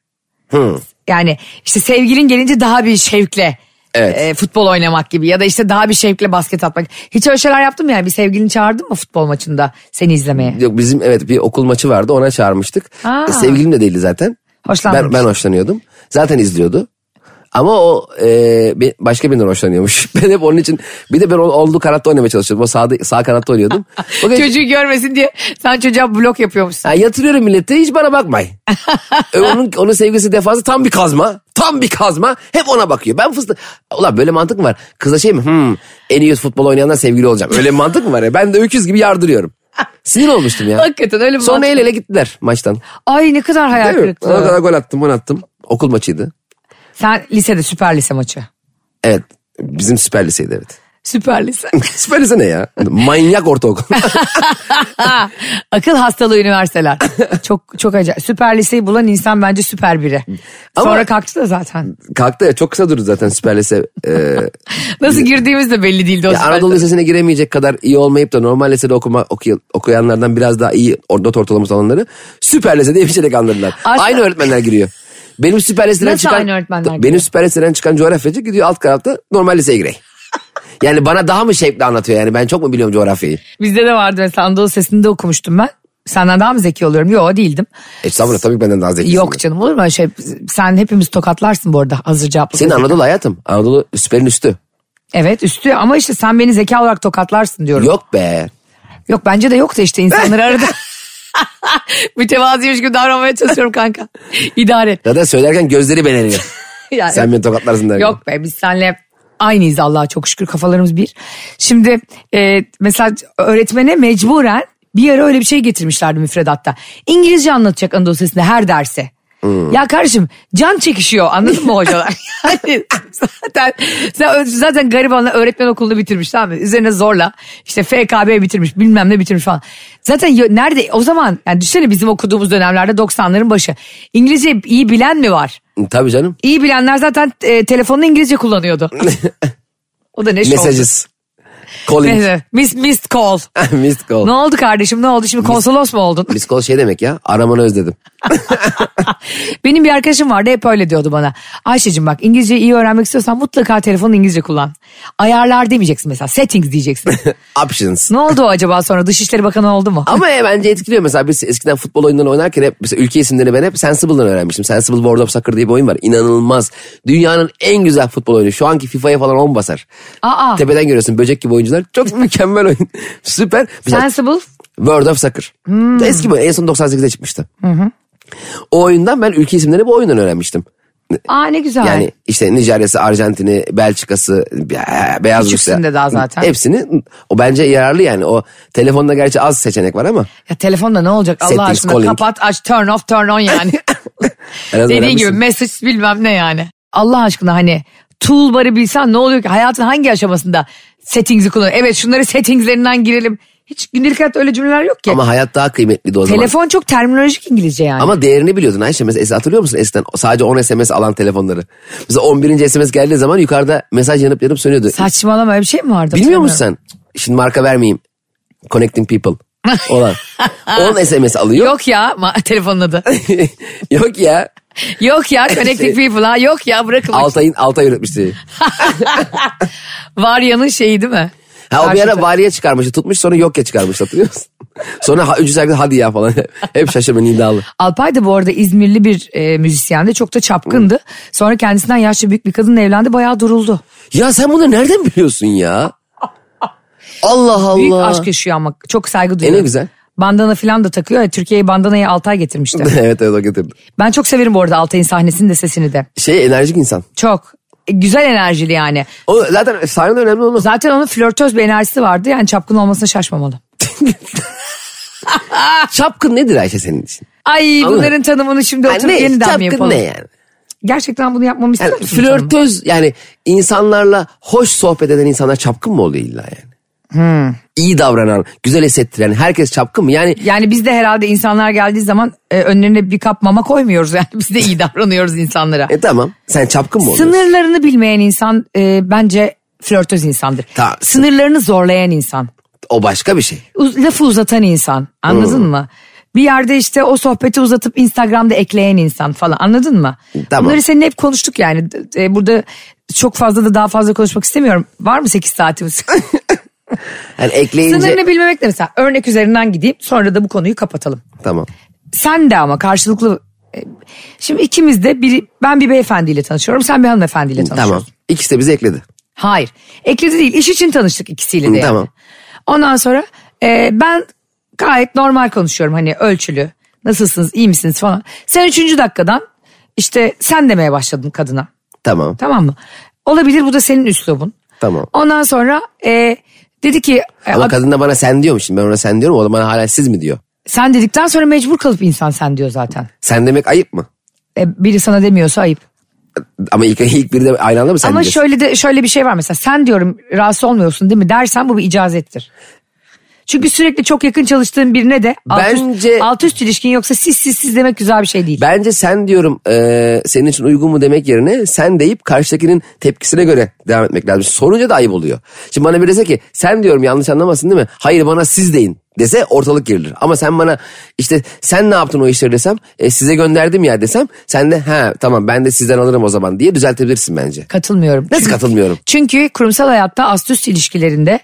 Speaker 2: Yani işte sevgilin gelince daha bir şevkle
Speaker 3: Evet.
Speaker 2: e, futbol oynamak gibi ya da işte daha bir şevkle basket atmak. Hiç öyle şeyler yaptın mı yani bir sevgilini çağırdın mı futbol maçında seni izlemeye?
Speaker 3: Yok bizim evet bir okul maçı vardı ona çağırmıştık.
Speaker 2: Aa.
Speaker 3: E, sevgilim de değildi zaten.
Speaker 2: Hoşlanmamış.
Speaker 3: Ben, ben hoşlanıyordum. Zaten izliyordu. Ama o e, bir- başka birinden hoşlanıyormuş. [laughs] Ben hep onun için bir de ben o- olduğu kanatta oynamaya çalışıyordum. O sağda, sağ kanatta oynuyordum.
Speaker 2: [laughs]
Speaker 3: O genç-
Speaker 2: Çocuğu görmesin diye sen çocuğa blok yapıyormuşsun.
Speaker 3: Ha, yatırıyorum millete hiç
Speaker 2: [laughs]
Speaker 3: bana bakmay. E, onun, onun sevgisi defası tam bir kazma. Tam bir kazma. Hep ona bakıyor. Ben fıstık. Ulan böyle mantık mı var? Kızla şey mi? Hmm, en iyi futbol oynayandan sevgili olacağım. Öyle bir mantık mı var ya? Ben de öküz gibi yardırıyorum. Sinir olmuştum ya.
Speaker 2: Hakikaten öyle bir
Speaker 3: Sonra
Speaker 2: mantık
Speaker 3: el ele gittiler maçtan.
Speaker 2: Ay ne kadar hayal
Speaker 3: Değil mi? Ona kadar
Speaker 2: kırıklığı.
Speaker 3: gol attım, gol attım. Okul maçıydı.
Speaker 2: Sen lisede süper lise maçı.
Speaker 3: Evet. Bizim süper liseydi evet. [laughs]
Speaker 2: Süper lise.
Speaker 3: süper lise ne ya? Manyak ortaokul. [laughs]
Speaker 2: Ha, akıl hastalığı
Speaker 3: [laughs]
Speaker 2: üniversiteler. çok çok acayip. Süper liseyi bulan insan bence süper biri.
Speaker 3: Ama-
Speaker 2: Sonra kalktı da zaten.
Speaker 3: Kalktı ya çok kısa durdu zaten süper lise. Ee,
Speaker 2: Nasıl girdiğimiz de belli değildi o
Speaker 3: ya
Speaker 2: süper
Speaker 3: Anadolu
Speaker 2: lise.
Speaker 3: Lisesi'ne giremeyecek kadar iyi olmayıp da normal lisede okuma, okuy- okuyanlardan biraz daha iyi or- not ortalaması olanları süper lise diye bir şeyle kandırdılar.
Speaker 2: Aslında-
Speaker 3: Aynı öğretmenler giriyor. Benim süper liseden
Speaker 2: Nasıl
Speaker 3: çıkan
Speaker 2: aynı öğretmenler
Speaker 3: benim
Speaker 2: giriyor?
Speaker 3: süper liseden çıkan coğrafyacı gidiyor alt kanatta normal
Speaker 2: [laughs]
Speaker 3: liseye girey. Yani bana daha mı şevkli anlatıyor yani ben çok mu biliyorum coğrafyayı?
Speaker 2: Bizde de vardı mesela Anadolu Lisesi'nde okumuştum ben. Senden daha mı zeki oluyorum? Yok değildim.
Speaker 3: Estağfurullah tabii ki benden daha zekisin.
Speaker 2: Yok canım olur mu öyle şey? Sen hepimiz tokatlarsın bu arada hazır cevaplı.
Speaker 3: Senin Anadolu hayatım. Anadolu süperin üstü.
Speaker 2: Evet üstü ama işte sen beni zeka olarak tokatlarsın diyorum. Yok,
Speaker 3: Yok be.
Speaker 2: bence de yok da işte
Speaker 3: [laughs]
Speaker 2: insanları [laughs] arada. Mütevazıymış gibi davranmaya çalışıyorum kanka. İdare et.
Speaker 3: Zaten söylerken
Speaker 2: [laughs]
Speaker 3: gözleri beleriyor.
Speaker 2: Yani-
Speaker 3: Sen beni tokatlarsın derken.
Speaker 2: Yok be biz senle aynıyız Allah'a çok şükür kafalarımız bir. Şimdi e, mesela öğretmene mecburen bir ara öyle bir şey getirmişlerdi müfredatta. İngilizce anlatacak Anadolu Lisesi'nde her derse. Ya kardeşim can çekişiyor anladın mı hocalar? Yani zaten sen- zaten garibanla öğretmen okulunu bitirmiş tamam mı? Üzerine zorla işte FKB bitirmiş bilmem ne bitirmiş falan. Zaten yo- nerede o zaman yani düşünsene bizim okuduğumuz dönemlerde 90'ların başı. İngilizce iyi bilen mi var?
Speaker 3: Tabii canım.
Speaker 2: İyi bilenler zaten e, telefonunu İngilizce
Speaker 3: [laughs]
Speaker 2: kullanıyordu. o da ne şov.
Speaker 3: Messages. Calling.
Speaker 2: Neyse, Miss, missed call.
Speaker 3: [laughs] Missed call.
Speaker 2: ne oldu kardeşim ne oldu şimdi konsolos mu oldun? [laughs]
Speaker 3: Miss call şey demek ya. Aramanı özledim.
Speaker 2: Benim bir arkadaşım vardı hep öyle diyordu bana. Ayşe'cim bak İngilizceyi iyi öğrenmek istiyorsan mutlaka telefonu İngilizce kullan. Ayarlar demeyeceksin mesela settings
Speaker 3: [laughs]
Speaker 2: diyeceksin.
Speaker 3: Options.
Speaker 2: ne oldu o acaba sonra Dışişleri Bakanı oldu mu?
Speaker 3: Ama e, bence etkiliyor mesela biz eskiden futbol oyunlarını oynarken hep mesela ülke isimlerini ben hep Sensible'dan öğrenmiştim. Sensible World of Soccer diye bir oyun var. İnanılmaz. Dünyanın en güzel futbol oyunu. Şu anki FIFA'ya falan on basar.
Speaker 2: Aa.
Speaker 3: Tepeden görüyorsun böcek gibi oyuncular. Çok mükemmel oyun. Süper. Mesela
Speaker 2: Sensible
Speaker 3: World of Soccer. Eski bu en son 98'de çıkmıştı. O oyundan ben ülke isimlerini bu oyundan öğrenmiştim.
Speaker 2: aa ne güzel.
Speaker 3: Yani işte Nijerya'sı, Arjantin'i, Belçika'sı, Be- Beyaz
Speaker 2: Küçüksün
Speaker 3: Rusya.
Speaker 2: de daha zaten.
Speaker 3: Hepsini o bence yararlı yani. O telefonda gerçi az seçenek var ama.
Speaker 2: Ya telefonda ne olacak Allah
Speaker 3: Settings,
Speaker 2: aşkına
Speaker 3: calling.
Speaker 2: kapat aç turn off turn on yani.
Speaker 3: [laughs] en azından
Speaker 2: Dediğin gibi
Speaker 3: öğrenmişsin.
Speaker 2: mesaj bilmem ne yani. Allah aşkına hani toolbar'ı bilsen ne oluyor ki hayatın hangi aşamasında settings'i kullan. Evet şunları settingslerinden girelim. Hiç gündelik hayatta öyle cümleler yok ki.
Speaker 3: Ama hayat daha kıymetliydi o zaman.
Speaker 2: Telefon çok terminolojik İngilizce yani.
Speaker 3: Ama değerini biliyordun Ayşe. Mesela es- hatırlıyor musun eskiden sadece 10 SMS alan telefonları? Mesela 11. SMS geldiği zaman yukarıda mesaj yanıp yanıp sönüyordu.
Speaker 2: Saçmalama öyle bir şey mi vardı?
Speaker 3: Bilmiyor musun
Speaker 2: Hatırlamıyorum.
Speaker 3: sen? Şimdi marka vermeyeyim. Connecting people olan.
Speaker 2: [laughs]
Speaker 3: 10 SMS alıyor.
Speaker 2: Yok ya ma- [laughs] telefonun adı.
Speaker 3: [laughs] Yok ya.
Speaker 2: yok
Speaker 3: [laughs]
Speaker 2: ya
Speaker 3: Şey-
Speaker 2: connected people ha yok ya bırakın.
Speaker 3: Altay'ın Altay üretmişti.
Speaker 2: Varya'nın şeyi değil mi?
Speaker 3: Ha, o bir
Speaker 2: Karşıta-
Speaker 3: ara valiye çıkarmıştı tutmuş sonra yok ya çıkarmış hatırlıyor musun? [laughs] sonra ha, üçüncü şarkıda hadi ya falan. [laughs] Hep şaşırma iddialı.
Speaker 2: Alpay da bu arada İzmirli bir e, müzisyendi. Çok da çapkındı. Sonra kendisinden yaşlı büyük bir kadınla evlendi. Bayağı duruldu.
Speaker 3: Ya sen bunu nereden biliyorsun ya? Allah Allah.
Speaker 2: Büyük aşk yaşıyor ama çok saygı duyuyorum.
Speaker 3: E ne güzel. [laughs]
Speaker 2: Bandana falan da takıyor. ya. Türkiye'ye bandanayı Altay getirmişti.
Speaker 3: evet evet o getirdi.
Speaker 2: ben çok severim bu arada Altay'ın sahnesini de sesini de.
Speaker 3: Şey enerjik insan.
Speaker 2: Çok. E, güzel enerjili yani.
Speaker 3: O zaten sahnede önemli olan. o.
Speaker 2: Zaten onun flörtöz bir enerjisi vardı. Yani çapkın olmasına şaşmamalı.
Speaker 3: Çapkın nedir Ayşe senin için?
Speaker 2: Ay
Speaker 3: Anladım.
Speaker 2: bunların tanımını şimdi
Speaker 3: Yani
Speaker 2: oturup
Speaker 3: ne?
Speaker 2: yeniden mi
Speaker 3: Çapkın
Speaker 2: yapalım?
Speaker 3: ne yani?
Speaker 2: Gerçekten bunu yapmamı istiyor
Speaker 3: yani
Speaker 2: musun? canım?
Speaker 3: flörtöz yani insanlarla hoş sohbet eden insanlar çapkın mı oluyor illa yani?
Speaker 2: Hmm.
Speaker 3: İyi davranan, güzel hissettiren herkes çapkın mı? Yani
Speaker 2: Yani biz de herhalde insanlar geldiği zaman e, önlerine bir kap mama koymuyoruz. [laughs] Yani biz de iyi davranıyoruz insanlara.
Speaker 3: e tamam sen çapkın mı oluyorsun?
Speaker 2: Sınırlarını bilmeyen insan e, bence flörtöz insandır.
Speaker 3: Ta-
Speaker 2: Sınırlarını zorlayan insan.
Speaker 3: O başka bir şey.
Speaker 2: Uz- lafı uzatan insan. Anladın mı? Bir yerde işte o sohbeti uzatıp Instagram'da ekleyen insan falan anladın mı?
Speaker 3: Tamam.
Speaker 2: Bunları seninle hep konuştuk yani. D- e, burada çok fazla da daha fazla konuşmak istemiyorum. Var mı 8
Speaker 3: [laughs]
Speaker 2: saatimiz?
Speaker 3: Yani ekleyince...
Speaker 2: Sınırını bilmemek de mesela örnek üzerinden gideyim sonra da bu konuyu kapatalım.
Speaker 3: Tamam.
Speaker 2: Sen de ama karşılıklı e, Şimdi ikimiz de biri ben bir beyefendiyle tanışıyorum sen bir hanımefendiyle tanışıyorsun.
Speaker 3: Tamam. İkisi de bizi ekledi.
Speaker 2: Hayır. Ekledi değil. iş için tanıştık ikisiyle de.
Speaker 3: Hı,
Speaker 2: yani.
Speaker 3: tamam.
Speaker 2: Ondan sonra e, ben gayet normal konuşuyorum. Hani ölçülü. Nasılsınız? iyi misiniz falan. Sen üçüncü dakikadan işte sen demeye başladın kadına.
Speaker 3: Tamam.
Speaker 2: Tamam mı? Olabilir bu da senin üslubun.
Speaker 3: Tamam.
Speaker 2: Ondan sonra e, dedi ki e,
Speaker 3: Ama
Speaker 2: abi,
Speaker 3: kadın da bana sen diyormuş. Şimdi ben ona sen diyorum. O da bana hala siz mi diyor?
Speaker 2: sen dedikten sonra mecbur kalıp insan sen diyor zaten.
Speaker 3: Sen demek ayıp mı?
Speaker 2: E, biri sana demiyorsa ayıp.
Speaker 3: Ama ilk, ilk biri de aynı anda mı sen
Speaker 2: Ama
Speaker 3: diyorsun?
Speaker 2: şöyle de şöyle bir şey var mesela sen diyorum rahatsız olmuyorsun değil mi dersen bu bir icazettir. Çünkü sürekli çok yakın çalıştığın birine de alt,
Speaker 3: Bence-
Speaker 2: üst, alt üst ilişkin yoksa siz siz siz demek güzel bir şey değil.
Speaker 3: Bence sen diyorum eee, senin için uygun mu demek yerine sen deyip karşıdakinin tepkisine göre devam etmek lazım. Sorunca da ayıp oluyor. Şimdi bana bir dese ki sen diyorum yanlış anlamasın değil mi? Hayır bana siz deyin dese ortalık gerilir. Ama sen bana işte sen ne yaptın o işleri desem "E, size gönderdim ya desem sen de ha tamam ben de sizden alırım o zaman diye düzeltebilirsin bence.
Speaker 2: Katılmıyorum.
Speaker 3: Nasıl katılmıyorum?
Speaker 2: Çünkü kurumsal hayatta ast üst ilişkilerinde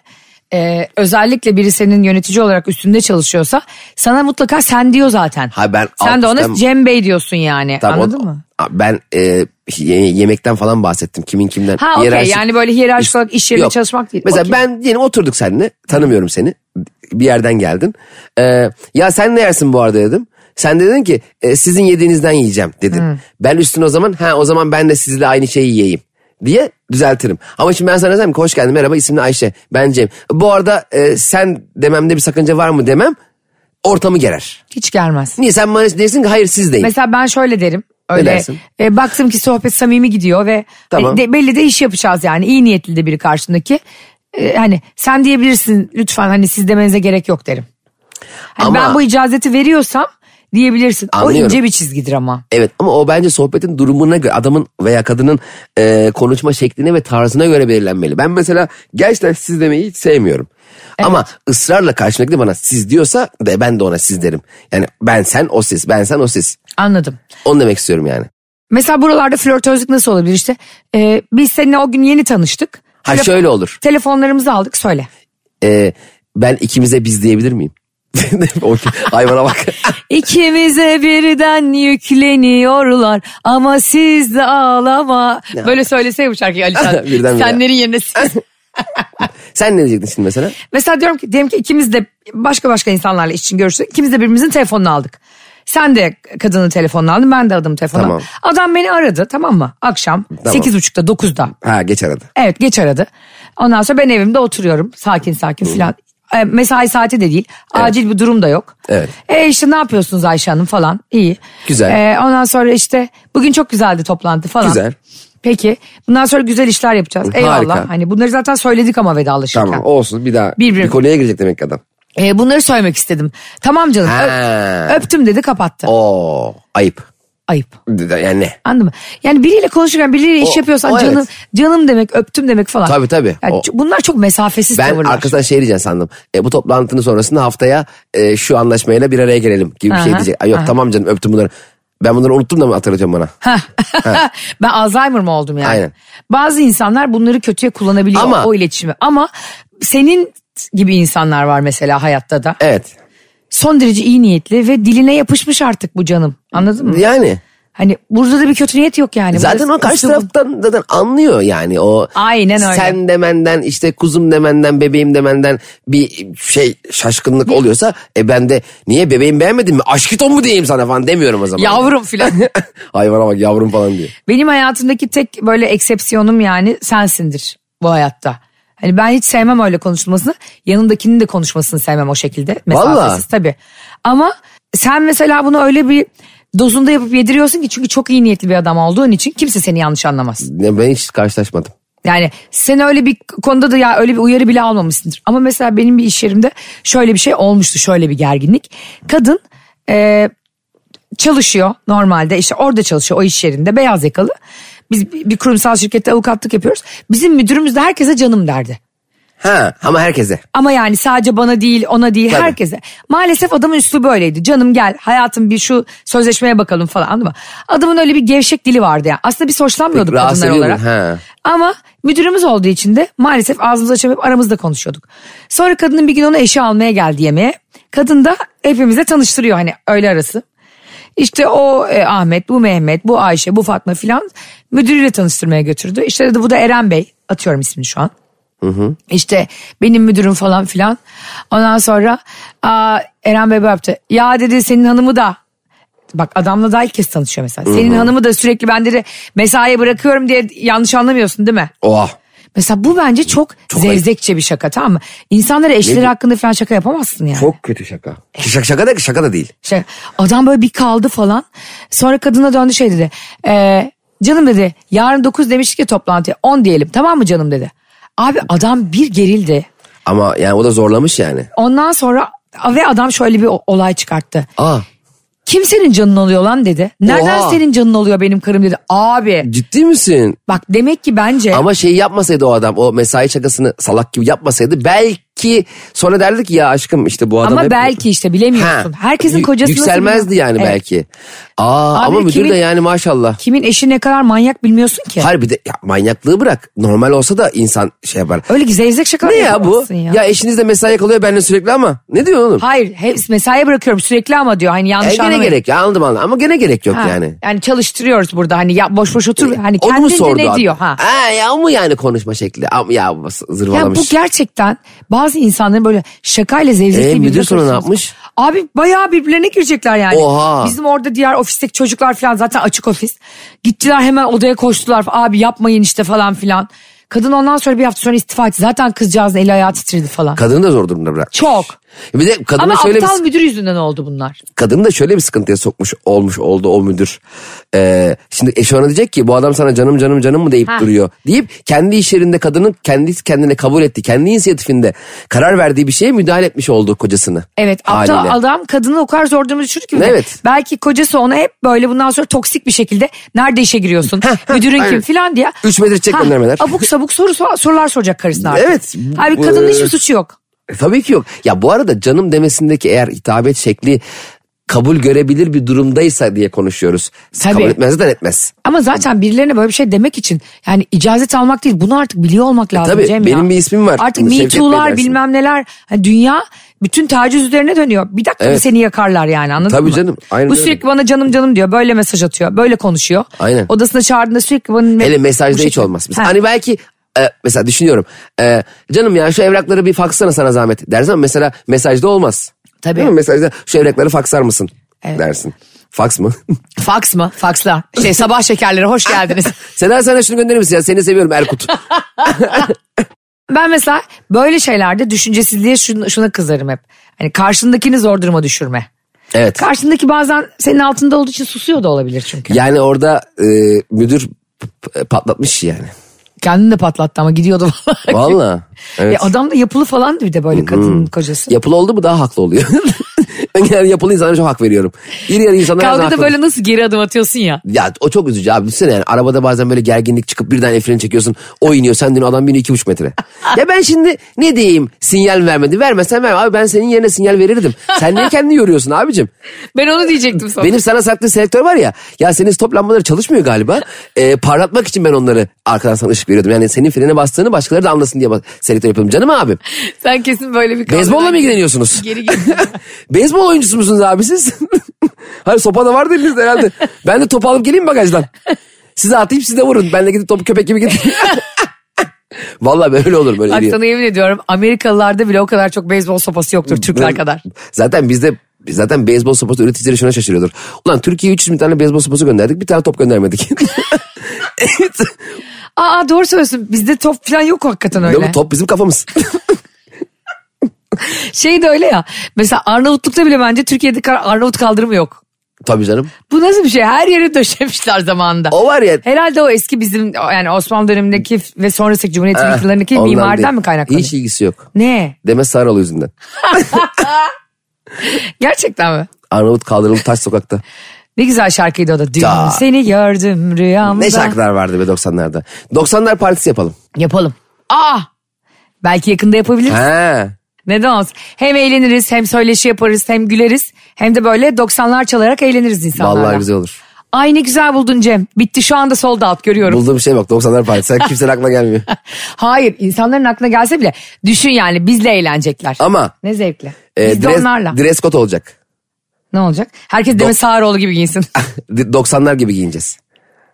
Speaker 2: e, özellikle biri senin yönetici olarak üstünde çalışıyorsa sana mutlaka sen diyor zaten.
Speaker 3: Ha, ben
Speaker 2: sen
Speaker 3: alt
Speaker 2: de ona
Speaker 3: üstten-
Speaker 2: Cem Bey diyorsun yani
Speaker 3: Tamam, o-
Speaker 2: anladın mı?
Speaker 3: A- Ben eee, ye- yemekten falan bahsettim. Kimin kimden.
Speaker 2: Ha okey
Speaker 3: Hiyerarşik-
Speaker 2: yani böyle hiyerarşik olarak iş yerinde
Speaker 3: Yok.
Speaker 2: çalışmak değil.
Speaker 3: Mesela
Speaker 2: Okey.
Speaker 3: ben yeni oturduk seninle. Tanımıyorum seni. Bir yerden geldin. Ee, ya sen ne yersin bu arada dedim. Sen de dedin ki "E, sizin yediğinizden yiyeceğim dedin.
Speaker 2: Hmm.
Speaker 3: Ben üstüne o zaman ha o zaman ben de sizle aynı şeyi yiyeyim diye düzeltirim. Ama şimdi ben sana desem ki hoş geldin merhaba ismim Ayşe ben Cem. Bu arada e, sen dememde bir sakınca var mı demem ortamı gerer.
Speaker 2: Hiç gelmez.
Speaker 3: Niye sen bana dersin ki hayır siz deyin.
Speaker 2: Mesela ben şöyle derim.
Speaker 3: Ne
Speaker 2: Öyle
Speaker 3: dersin?
Speaker 2: e, baktım ki sohbet samimi gidiyor ve
Speaker 3: Tamam.
Speaker 2: e, de- belli de iş yapacağız yani. iyi niyetli de biri karşındaki. E, hani sen diyebilirsin lütfen hani siz demenize gerek yok derim. Hani
Speaker 3: Ama-
Speaker 2: ben bu icazeti veriyorsam diyebilirsin. O
Speaker 3: Anlıyorum.
Speaker 2: ince bir çizgidir ama.
Speaker 3: Evet ama o bence sohbetin durumuna göre adamın veya kadının e, konuşma şekline ve tarzına göre belirlenmeli. Ben mesela gerçekten siz demeyi hiç sevmiyorum. Ama ısrarla karşımdaki de bana siz diyorsa de ben de ona siz derim. Yani ben sen o siz ben sen o siz.
Speaker 2: Anladım.
Speaker 3: Onu demek istiyorum yani.
Speaker 2: Mesela buralarda flörtözlük nasıl olabilir işte? E, biz seninle o gün yeni tanıştık.
Speaker 3: Ha
Speaker 2: Telef-
Speaker 3: şöyle olur.
Speaker 2: Telefonlarımızı aldık söyle.
Speaker 3: E, ben ikimize biz diyebilir miyim? [laughs] O ki-
Speaker 2: [laughs]
Speaker 3: Hayvana bak.
Speaker 2: İkimize birden yükleniyorlar ama siz de ağlama. Böyle söylese bu şarkıyı Alişan.
Speaker 3: [laughs] Birden bire.
Speaker 2: Senlerin yerine siz.
Speaker 3: sen ne diyecektin şimdi mesela?
Speaker 2: [laughs] Mesela diyorum ki, diyelim ki ikimiz de başka başka insanlarla iş için görüştük. İkimiz de birbirimizin telefonunu aldık. Sen de kadının telefonunu aldın ben de adamın telefonunu
Speaker 3: Tamam.
Speaker 2: aldım. Adam beni aradı tamam mı? Akşam
Speaker 3: Tamam.
Speaker 2: sekiz 8.30'da 9'da.
Speaker 3: Ha geç aradı.
Speaker 2: Evet geç aradı. Ondan sonra ben evimde oturuyorum sakin sakin filan. E, Mesai saati de değil. Acil bir durum da yok.
Speaker 3: Evet.
Speaker 2: E işte ne yapıyorsunuz Ayşe Hanım falan. İyi.
Speaker 3: Güzel.
Speaker 2: E, ondan sonra işte bugün çok güzeldi toplantı falan.
Speaker 3: Güzel.
Speaker 2: Peki. Bundan sonra güzel işler yapacağız.
Speaker 3: Harika.
Speaker 2: Eyvallah. Hani bunları zaten söyledik ama vedalaşırken.
Speaker 3: Tamam olsun bir daha
Speaker 2: Bir-
Speaker 3: bir,
Speaker 2: bir-
Speaker 3: konuya girecek demek ki adam.
Speaker 2: E, bunları söylemek istedim. Tamam canım.
Speaker 3: Ha.
Speaker 2: Ö- öptüm dedi kapattı.
Speaker 3: Oo ayıp.
Speaker 2: Ayıp.
Speaker 3: Yani ne?
Speaker 2: Anladın mı? Yani biriyle konuşurken biriyle iş
Speaker 3: O-
Speaker 2: yapıyorsan
Speaker 3: o evet.
Speaker 2: canım canım demek öptüm demek falan.
Speaker 3: Tabii, tabii.
Speaker 2: Yani
Speaker 3: O-
Speaker 2: ç- bunlar çok mesafesiz
Speaker 3: Ben
Speaker 2: tavırlar.
Speaker 3: arkasından şey diyeceğim sandım. E, bu toplantının sonrasında haftaya e, şu anlaşmayla bir araya gelelim gibi bir şey
Speaker 2: Aha,
Speaker 3: diyecek. Ay, yok
Speaker 2: aha.
Speaker 3: tamam canım öptüm bunları. Ben bunları unuttum da mı hatırlatıyorum bana?
Speaker 2: [laughs] ben Alzheimer mı oldum yani?
Speaker 3: Aynen.
Speaker 2: Bazı insanlar bunları kötüye kullanabiliyor
Speaker 3: Ama-
Speaker 2: o iletişimi. Ama senin gibi insanlar var mesela hayatta da.
Speaker 3: Evet.
Speaker 2: Son derece iyi niyetli ve diline yapışmış artık bu canım. Anladın mı?
Speaker 3: Yani
Speaker 2: Hani burada da bir kötü niyet yok yani.
Speaker 3: zaten
Speaker 2: Burası
Speaker 3: o karşı
Speaker 2: ısırma-
Speaker 3: taraftan zaten anlıyor yani o.
Speaker 2: Aynen öyle.
Speaker 3: Sen demenden işte kuzum demenden bebeğim demenden bir şey şaşkınlık oluyorsa e ben de niye bebeğim beğenmedin mi? Aşkiton mu diyeyim sana falan demiyorum o zaman.
Speaker 2: Yavrum filan.
Speaker 3: [laughs] Hayvana bak yavrum falan diyor.
Speaker 2: Benim hayatımdaki tek böyle eksepsiyonum yani sensindir bu hayatta. Hani ben hiç sevmem öyle konuşulmasını. Yanındakinin de konuşmasını sevmem o şekilde. Mesafesiz
Speaker 3: Vallahi.
Speaker 2: tabii. Ama sen mesela bunu öyle bir dozunda yapıp yediriyorsun ki çünkü çok iyi niyetli bir adam olduğun için kimse seni yanlış anlamaz.
Speaker 3: Ya Ben hiç karşılaşmadım.
Speaker 2: Yani sen öyle bir konuda da ya öyle bir uyarı bile almamışsındır. Ama mesela benim bir iş yerimde şöyle bir şey olmuştu. Şöyle bir gerginlik. Kadın e, çalışıyor normalde işte orada çalışıyor o iş yerinde beyaz yakalı. Biz bir bir kurumsal şirkette avukatlık yapıyoruz. Bizim müdürümüz de herkese canım derdi.
Speaker 3: Ha ama herkese.
Speaker 2: Ama yani sadece bana değil ona değil
Speaker 3: Tabii.
Speaker 2: herkese. Maalesef adamın üslubu böyleydi. Canım gel hayatım bir şu sözleşmeye bakalım falan anladın mı? Adamın öyle bir gevşek dili vardı yani. Aslında biz hoşlanmıyorduk
Speaker 3: Peki, rahatsız
Speaker 2: kadınlar
Speaker 3: ediyor
Speaker 2: olarak.
Speaker 3: mu? Ha.
Speaker 2: Ama müdürümüz olduğu için de maalesef ağzımızı açamayıp aramızda konuşuyorduk. Sonra kadının bir gün onu eşi almaya geldi yemeğe. Kadın da hepimize tanıştırıyor hani öğle arası. İşte o e, Ahmet, bu Mehmet, bu Ayşe, bu Fatma filan müdürüyle tanıştırmaya götürdü. İşte dedi bu da Eren Bey. Atıyorum ismini şu an. İşte benim müdürüm falan filan. Ondan sonra aa, Eren Bey böyle yaptı. Ya dedi senin hanımı da. Bak adamla daha ilk kez tanışıyor mesela. Senin hanımı da sürekli ben dedi mesaiye bırakıyorum diye yanlış anlamıyorsun değil mi?
Speaker 3: Oha.
Speaker 2: Mesela bu bence çok, zevzekçe bir şaka tamam mı? İnsanlara eşleri
Speaker 3: Ne-
Speaker 2: hakkında falan şaka yapamazsın yani.
Speaker 3: Çok kötü şaka. E, Şaka, şaka da şaka da değil.
Speaker 2: Şey, adam böyle bir kaldı falan. Sonra kadına döndü şey dedi. "Ee, canım dedi yarın 9 demiştik ya toplantıya 10 diyelim tamam mı canım dedi. Abi adam bir gerildi.
Speaker 3: Ama yani o da zorlamış yani.
Speaker 2: Ondan sonra ve adam şöyle bir o- olay çıkarttı.
Speaker 3: Aa
Speaker 2: Kim senin canın oluyor lan dedi. Nereden
Speaker 3: Oha.
Speaker 2: senin canın oluyor benim karım dedi. Abi
Speaker 3: ciddi misin?
Speaker 2: bak demek ki bence
Speaker 3: Ama şeyi yapmasaydı o adam o mesai şakasını salak gibi yapmasaydı belki sonra derdik ya aşkım işte bu adam
Speaker 2: ama
Speaker 3: hep-
Speaker 2: belki
Speaker 3: [laughs]
Speaker 2: işte bilemiyorsun.
Speaker 3: Ha.
Speaker 2: Herkesin
Speaker 3: Yü-
Speaker 2: kocası nasıl
Speaker 3: Yükselmezdi
Speaker 2: bilmiyorum.
Speaker 3: yani
Speaker 2: Evet.
Speaker 3: belki. Aa,
Speaker 2: Abi
Speaker 3: ama müdür
Speaker 2: kimin-
Speaker 3: de yani maşallah.
Speaker 2: Kimin eşi ne kadar manyak bilmiyorsun ki.
Speaker 3: Hayır bir de ya manyaklığı bırak. Normal olsa da insan şey yapar.
Speaker 2: Öyle ki zevzek şaka
Speaker 3: Ne ya bu?
Speaker 2: Ya.
Speaker 3: Ya. eşiniz de mesai yakalıyor benimle sürekli ama. Ne diyor oğlum?
Speaker 2: Hayır hep mesaiye bırakıyorum sürekli ama diyor. Hani yanlış
Speaker 3: E, gene
Speaker 2: anlamayın.
Speaker 3: gerek ya anladım anladım ama gene gerek yok
Speaker 2: Ha,
Speaker 3: yani.
Speaker 2: çalıştırıyoruz burada hani ya boş boş otur hani
Speaker 3: E, Onu mu
Speaker 2: kendince
Speaker 3: sordu?
Speaker 2: ne
Speaker 3: adam?
Speaker 2: diyor ha.
Speaker 3: ya o mu yani konuşma şekli? Am- Ya
Speaker 2: Ya
Speaker 3: zırvalamış.
Speaker 2: bu gerçekten bazı insanların böyle şakayla zevzekle
Speaker 3: Ee,
Speaker 2: birbirine
Speaker 3: müdür sonra ne
Speaker 2: karıştırması-
Speaker 3: yapmış?
Speaker 2: Abi bayağı birbirlerine girecekler yani.
Speaker 3: Oha.
Speaker 2: Bizim orada diğer ofisteki çocuklar falan zaten açık ofis. Gittiler hemen odaya koştular. Abi yapmayın işte falan filan. Kadın ondan sonra bir hafta sonra istifa etti. Zaten kızcağızın eli ayağı titredi falan.
Speaker 3: Kadını da zor durumda bırakmış.
Speaker 2: Çok.
Speaker 3: Bir de kadını
Speaker 2: Ama
Speaker 3: şöyle bir
Speaker 2: aptal müdür yüzünden oldu bunlar.
Speaker 3: kadını da şöyle bir sıkıntıya sokmuş olmuş oldu o müdür. Ee, şimdi eşi ona diyecek ki bu adam sana canım canım canım mı deyip
Speaker 2: Ha.
Speaker 3: duruyor. Deyip kendi iş yerinde kadının kendisi kendine kabul etti. Kendi inisiyatifinde karar verdiği bir şeye müdahale etmiş oldu kocasını.
Speaker 2: Evet aptal
Speaker 3: Haliyle.
Speaker 2: adam kadını o kadar zor duruma düşürür ki. bir de.
Speaker 3: Evet.
Speaker 2: Belki kocası ona hep böyle bundan sonra toksik bir şekilde nerede işe giriyorsun müdürün kim
Speaker 3: aynen.
Speaker 2: filan diye.
Speaker 3: Üç metre çek
Speaker 2: Ha,
Speaker 3: göndermeler.
Speaker 2: Abuk sabuk soru sor- sorular soracak karısına artık.
Speaker 3: Evet.
Speaker 2: Halbuki
Speaker 3: Bu-
Speaker 2: kadının hiçbir suçu yok.
Speaker 3: E, tabii ki yok. Ya bu arada canım demesindeki eğer hitabet şekli kabul görebilir bir durumdaysa diye konuşuyoruz.
Speaker 2: Tabii.
Speaker 3: Kabul etmez de etmez.
Speaker 2: Ama zaten birilerine böyle bir şey demek için yani icazet almak değil bunu artık biliyor olmak lazım
Speaker 3: E tabii,
Speaker 2: Cem ya.
Speaker 3: benim bir ismim var.
Speaker 2: Artık
Speaker 3: Bunu
Speaker 2: Me
Speaker 3: Şevket Bey
Speaker 2: Too'lar
Speaker 3: dersin.
Speaker 2: bilmem neler hani dünya bütün taciz üzerine dönüyor. Bir dakika
Speaker 3: Evet.
Speaker 2: bir seni yakarlar yani anladın
Speaker 3: Tabii
Speaker 2: mı?
Speaker 3: canım, aynen
Speaker 2: Bu
Speaker 3: öyle.
Speaker 2: sürekli bana canım canım diyor böyle mesaj atıyor böyle konuşuyor.
Speaker 3: Aynen.
Speaker 2: Odasına çağırdığında sürekli bana.
Speaker 3: Hele
Speaker 2: Bu
Speaker 3: mesajda hiç
Speaker 2: şekilde-
Speaker 3: olmaz. Mesela
Speaker 2: Ha.
Speaker 3: hani belki e, mesela düşünüyorum. E, canım ya şu evrakları bir faksana sana zahmet dersin ama mesela mesajda olmaz.
Speaker 2: Tabii.
Speaker 3: Değil mi? Mesajda şu evrakları faksar mısın dersin. Faks mı? [laughs]
Speaker 2: Faks mı? Faksla. Şey sabah şekerleri hoş
Speaker 3: [laughs]
Speaker 2: geldiniz.
Speaker 3: Sena sana şunu gönderir misin ya? Seni
Speaker 2: [laughs]
Speaker 3: seviyorum Erkut.
Speaker 2: ben mesela böyle şeylerde düşüncesizliğe şuna, şuna kızarım hep. Hani karşındakini zor duruma düşürme.
Speaker 3: evet.
Speaker 2: Karşındaki bazen senin altında olduğu için susuyor da olabilir çünkü.
Speaker 3: Yani orada e, müdür p- p- patlatmış yani.
Speaker 2: Kendini de patlattı ama gidiyordu [laughs] vallahi.
Speaker 3: Valla. Evet.
Speaker 2: Ya adam da yapılı falan bir de böyle kadının kocası.
Speaker 3: Yapılı oldu mu daha haklı oluyor. [laughs] ben genelde yapılı insanlara çok hak veriyorum. İri yarı insanlara her zaman
Speaker 2: Kavgada
Speaker 3: hak
Speaker 2: böyle nasıl geri adım atıyorsun ya.
Speaker 3: ya o çok üzücü abi. Düşünsene yani arabada bazen böyle gerginlik çıkıp birden el freni çekiyorsun. O iniyor sen dönüyor adam biniyor iki
Speaker 2: [laughs]
Speaker 3: buçuk metre. ya ben şimdi ne diyeyim sinyal vermedi. Vermesen verme abi ben senin yerine sinyal verirdim. Sen niye kendini yoruyorsun abicim?
Speaker 2: Ben onu diyecektim sana.
Speaker 3: Benim sana saklı selektör var ya. Ya senin stop lambaları
Speaker 2: [laughs]
Speaker 3: çalışmıyor galiba. Ee, parlatmak için ben onları arkadan sana ışık veriyordum. Yani senin frene bastığını başkaları da anlasın diye bas- selektör yapıyorum. Canım abim.
Speaker 2: Sen kesin böyle bir kavgadan-
Speaker 3: Beyzbolla mı ilgileniyorsunuz?
Speaker 2: [laughs] Geri geri.
Speaker 3: [laughs] Beyzbol oyuncusu musunuz abi siz? [laughs] Hayır sopa da vardı elinizde herhalde. Ben de topu alıp geleyim mi bagajdan. Size atayım siz de vurun. Ben de gidip topu köpek gibi getireyim. [laughs] Valla böyle olur böyle.
Speaker 2: Bak
Speaker 3: iri-
Speaker 2: sana yemin ediyorum Amerikalılarda bile o kadar çok beyzbol sopası yoktur Türkler kadar.
Speaker 3: Zaten bizde zaten beyzbol sopası üreticileri şuna şaşırıyordur. Ulan Türkiye'ye 300 bin tane beyzbol sopası gönderdik bir tane top göndermedik. [laughs]
Speaker 2: Aa doğru söylüyorsun bizde top falan yok hakikaten öyle.
Speaker 3: Yok, top bizim kafamız. [laughs]
Speaker 2: Şey de öyle ya mesela Arnavutluk'ta bile bence Türkiye'de kar- Arnavut kaldırımı yok.
Speaker 3: Tabii canım.
Speaker 2: Bu nasıl bir şey? Her yere döşemişler zamanında.
Speaker 3: O var ya.
Speaker 2: Herhalde o eski bizim yani Osmanlı dönemindeki ve sonrası Cumhuriyet'in
Speaker 3: eh,
Speaker 2: yıllarındaki
Speaker 3: ondan
Speaker 2: mimariden
Speaker 3: değil.
Speaker 2: mi kaynaklanıyor?
Speaker 3: Hiç ilgisi yok.
Speaker 2: Ne?
Speaker 3: Deme Sarıoğlu yüzünden.
Speaker 2: Gerçekten mi?
Speaker 3: Arnavut kaldırıldı taş sokakta.
Speaker 2: Ne güzel şarkıydı o da. Dün
Speaker 3: Ya.
Speaker 2: seni gördüm rüyamda.
Speaker 3: Ne şarkılar vardı be 90'larda. 90'lar partisi yapalım.
Speaker 2: Yapalım. Aa! Ah! Belki yakında yapabiliriz.
Speaker 3: He.
Speaker 2: Neden olsun? Hem eğleniriz hem söyleşi yaparız hem güleriz. Hem de böyle 90'lar çalarak eğleniriz insanlarla.
Speaker 3: Vallahi güzel olur.
Speaker 2: Ay ne güzel buldun Cem. Bitti şu anda solda alt görüyorum.
Speaker 3: Bulduğum şey bak 90'lar partisi. Sen kimsenin
Speaker 2: [laughs]
Speaker 3: aklına gelmiyor.
Speaker 2: Hayır insanların aklına gelse bile düşün yani bizle eğlenecekler.
Speaker 3: Ama
Speaker 2: ne zevkli.
Speaker 3: e,
Speaker 2: Biz de
Speaker 3: dress,
Speaker 2: onlarla.
Speaker 3: dress code olacak.
Speaker 2: ne olacak? Herkes Demet Sağaroğlu gibi giyinsin.
Speaker 3: Ah. 90'lar gibi giyineceğiz.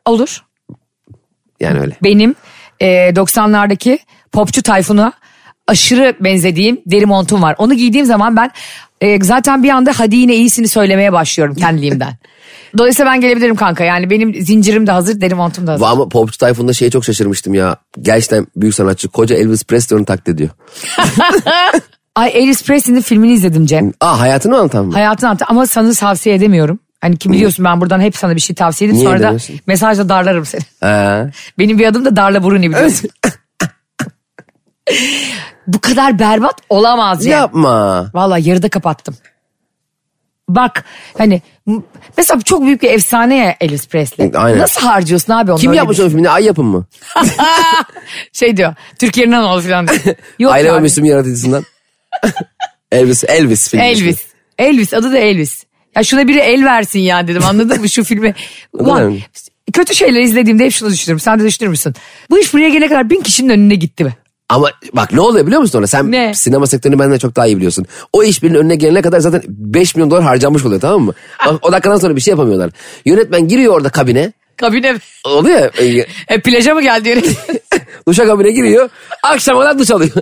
Speaker 2: Olur.
Speaker 3: Yani öyle.
Speaker 2: Benim e, 90'lardaki popçu Tayfun'a aşırı benzediğim deri montum var. Onu giydiğim zaman ben e, zaten bir anda hadi yine iyisini söylemeye başlıyorum [laughs] kendiliğimden. Dolayısıyla ben gelebilirim kanka. Yani benim zincirim de hazır, deri montum da hazır.
Speaker 3: Ama Popçu Tayfun'da şeye çok şaşırmıştım ya. Gerçekten büyük sanatçı. Koca Elvis Presley'onu taklit ediyor.
Speaker 2: Ay Elvis Presley'nin filmini izledim Cem.
Speaker 3: Aa hayatını mı anlatan mı?
Speaker 2: Hayatını anlattı ama sana tavsiye edemiyorum. Hani ki biliyorsun ben buradan hep sana bir şey tavsiye edip
Speaker 3: Niye
Speaker 2: sonra da
Speaker 3: edemiyorsun?
Speaker 2: mesajla darlarım [laughs] seni.
Speaker 3: He.
Speaker 2: Benim bir adım da Darla Bruni
Speaker 3: [laughs]
Speaker 2: biliyorsun. Bu kadar berbat olamaz yani.
Speaker 3: Yapma.
Speaker 2: Valla yarıda kapattım. Bak hani m- mesela çok büyük bir efsane ya Elvis Presley.
Speaker 3: Aynen.
Speaker 2: Nasıl harcıyorsun abi onu?
Speaker 3: Kim
Speaker 2: öyle
Speaker 3: yapmış
Speaker 2: bir-
Speaker 3: onun filmini? Ay yapım mı?
Speaker 2: Şey diyor Türkiye'nin ol falan
Speaker 3: [laughs]
Speaker 2: diyor. Yok
Speaker 3: Aile ve
Speaker 2: abi.
Speaker 3: Müslüm yaratıcısından. [laughs] Elvis. Elvis filmi.
Speaker 2: Elvis. Elvis adı da Elvis. Ya şuna biri el versin ya dedim anladın mı şu
Speaker 3: [laughs]
Speaker 2: filmi.
Speaker 3: da
Speaker 2: Ulan
Speaker 3: önemli.
Speaker 2: kötü şeyler izlediğimde hep şunu düşünürüm. Sen de düşünür müsün? Bu iş buraya gelene kadar bin kişinin önüne gitti mi?
Speaker 3: Ama bak ne oluyor biliyor musun ona? Sen
Speaker 2: Ne?
Speaker 3: sinema sektörünü benden çok daha iyi biliyorsun. O iş birinin önüne gelene kadar zaten 5 milyon dolar harcanmış oluyor tamam mı? Bak, o dakikadan sonra bir şey yapamıyorlar. Yönetmen giriyor orada kabine.
Speaker 2: Kabine mi?
Speaker 3: Oluyor ya. e,
Speaker 2: E, plaja mı geldi yönetim?
Speaker 3: duşa kabine giriyor. Akşama kadar duş alıyor.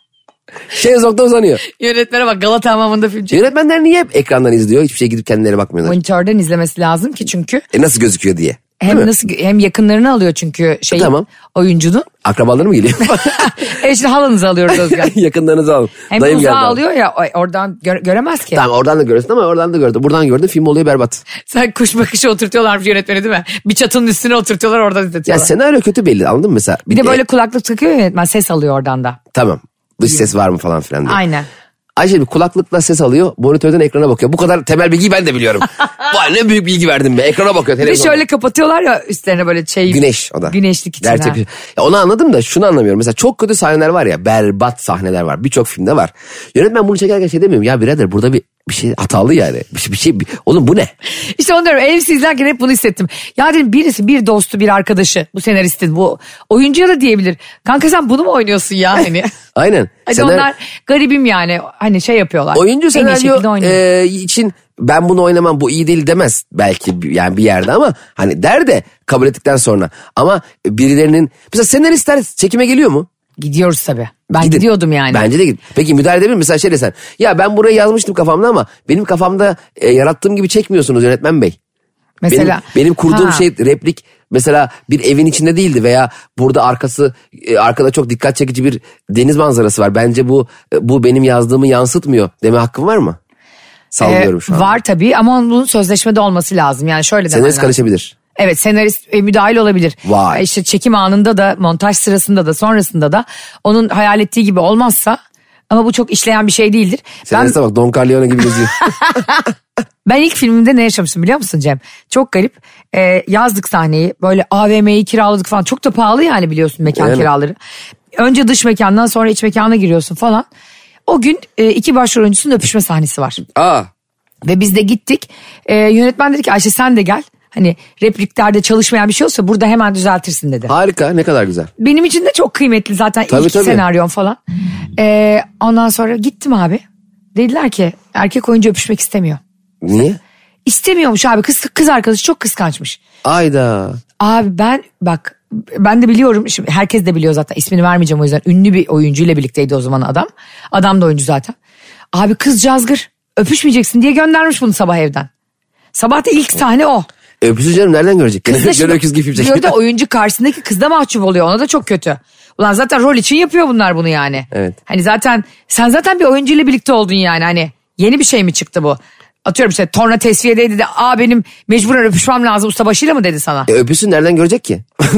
Speaker 3: [laughs] şey uzakta uzanıyor.
Speaker 2: [laughs] Yönetmene bak Galata Hamamı'nda film çekiyor.
Speaker 3: Yönetmenler niye hep ekrandan izliyor? Hiçbir şey gidip kendilerine bakmıyorlar.
Speaker 2: Monitörden izlemesi lazım ki çünkü.
Speaker 3: E nasıl gözüküyor diye. Değil mi?
Speaker 2: Hem nasıl hem yakınlarını alıyor çünkü şey
Speaker 3: Tamam. [laughs]
Speaker 2: oyuncunun.
Speaker 3: Akrabaları
Speaker 2: [laughs]
Speaker 3: mı geliyor?
Speaker 2: E şimdi halanızı alıyoruz Özgen.
Speaker 3: Yakınlarınızı alın.
Speaker 2: Hem
Speaker 3: Dayım geldi.
Speaker 2: uzağa
Speaker 3: abi.
Speaker 2: alıyor ya o- oradan gö- göremez ki.
Speaker 3: Tamam oradan da görürsün ama oradan da gördün. Buradan gördün film oluyor berbat.
Speaker 2: Sen kuş bakışı oturtuyorlarmış yönetmeni değil mi? Bir çatının üstüne oturtuyorlar oradan
Speaker 3: Ya
Speaker 2: izletiyorlar.
Speaker 3: senaryo kötü belli anladın mı mesela?
Speaker 2: bir de böyle
Speaker 3: E,
Speaker 2: kulaklık takıyor ya yönetmen ses alıyor oradan da.
Speaker 3: tamam dış ses var mı falan filan diye.
Speaker 2: Aynen.
Speaker 3: Ayşe bir kulaklıkla ses alıyor monitörden ekrana bakıyor. Bu kadar temel bilgiyi ben
Speaker 2: [laughs]
Speaker 3: de biliyorum. Vay ne büyük bilgi verdim be ekrana bakıyor
Speaker 2: Bir de
Speaker 3: televizyonda.
Speaker 2: şöyle kapatıyorlar ya üstlerine böyle şey.
Speaker 3: Güneş o da.
Speaker 2: Güneşlik için.
Speaker 3: Gerçek
Speaker 2: ha.
Speaker 3: bir- şey. Ya onu anladım da şunu anlamıyorum. Mesela çok kötü sahneler var ya berbat sahneler var. Birçok filmde var. Yönetmen bunu çekerken şey demiyorum. Ya birader burada bir bir şey hatalı yani. Bir şey, bir şey bir- oğlum bu ne?
Speaker 2: İşte onu diyorum Elvis'i izlerken hep bunu hissettim. Ya dedim birisi bir dostu bir arkadaşı bu senaristin bu oyuncuya da diyebilir. Kanka sen bunu mu oynuyorsun ya
Speaker 3: [laughs]
Speaker 2: hani?
Speaker 3: Aynen.
Speaker 2: Hadi
Speaker 3: Senar-
Speaker 2: onlar garibim yani hani şey yapıyorlar.
Speaker 3: oyuncu
Speaker 2: En iyi şekilde
Speaker 3: senaryo
Speaker 2: oynuyor.
Speaker 3: e, için ben bunu oynamam bu iyi değil demez belki bir- yani bir yerde ama hani der de kabul ettikten sonra ama birilerinin mesela senaristler çekime geliyor mu?
Speaker 2: Gidiyoruz tabii. Ben
Speaker 3: Gidin.
Speaker 2: gidiyordum yani.
Speaker 3: Bence de git. Peki müdahale edebilir mi? Mesela şey desen ya ben burayı yazmıştım kafamda ama benim kafamda e, yarattığım gibi çekmiyorsunuz yönetmen bey. Benim,
Speaker 2: Mesela
Speaker 3: benim kurduğum
Speaker 2: Ha.
Speaker 3: şey replik mesela bir evin içinde değildi veya burada arkası e, arkada çok dikkat çekici bir deniz manzarası var. Bence bu e, bu benim yazdığımı yansıtmıyor deme hakkım var mı? Sallıyorum
Speaker 2: Ee,
Speaker 3: şu an.
Speaker 2: Var tabii ama onun sözleşmede olması lazım. Yani şöyle demen
Speaker 3: Senarist
Speaker 2: lazım.
Speaker 3: karışabilir.
Speaker 2: Evet senarist e, müdahil olabilir.
Speaker 3: Vay.
Speaker 2: E, İşte çekim anında da montaj sırasında da sonrasında da onun hayal ettiği gibi olmazsa Ama bu çok işleyen bir şey değildir.
Speaker 3: Sen
Speaker 2: ben,
Speaker 3: arasına bak Don Carleone
Speaker 2: [laughs]
Speaker 3: gibi geziyor.
Speaker 2: ben ilk filmimde ne yaşamıştım biliyor musun Cem? Çok garip. Ee, yazdık sahneyi böyle AVM'yi kiraladık falan. Çok da pahalı yani biliyorsun mekan
Speaker 3: Evet.
Speaker 2: kiraları. Önce dış mekandan sonra iç mekana giriyorsun falan. O gün e, iki başrol oyuncusunun öpüşme sahnesi var.
Speaker 3: Aa.
Speaker 2: Ve biz de gittik. Ee, yönetmen dedi ki Ayşe sen de gel. Hani repliklerde çalışmayan bir şey olsa burada hemen düzeltirsin dedi.
Speaker 3: Harika ne kadar güzel.
Speaker 2: Benim için de çok kıymetli zaten
Speaker 3: Tabii,
Speaker 2: ilk
Speaker 3: tabii.
Speaker 2: senaryom falan. Ee, ondan sonra gittim abi. Dediler ki erkek oyuncu öpüşmek istemiyor.
Speaker 3: Niye?
Speaker 2: İstemiyormuş abi kız kız arkadaşı çok kıskançmış.
Speaker 3: Ayda.
Speaker 2: Abi ben bak ben de biliyorum şimdi herkes de biliyor zaten ismini vermeyeceğim o yüzden ünlü bir oyuncuyla birlikteydi o zaman adam. Adam da oyuncu zaten. Abi kız cazgır öpüşmeyeceksin diye göndermiş bunu sabah evden. Sabah da ilk sahne o.
Speaker 3: Öpüsü canım nereden görecek?
Speaker 2: Kız da
Speaker 3: Gene
Speaker 2: şimdi
Speaker 3: öküz gibi
Speaker 2: diyor
Speaker 3: yapacak. [laughs]
Speaker 2: da oyuncu karşısındaki kız da mahcup oluyor. Ona da çok kötü. Ulan zaten rol için yapıyor bunlar bunu yani.
Speaker 3: Evet.
Speaker 2: Hani zaten sen zaten bir oyuncuyla birlikte oldun yani. Hani yeni bir şey mi çıktı bu? Atıyorum işte torna tesviyedeydi de aa benim mecburen öpüşmem lazım ustabaşıyla mı dedi sana?
Speaker 3: E, öpüsü nereden görecek ki? [laughs]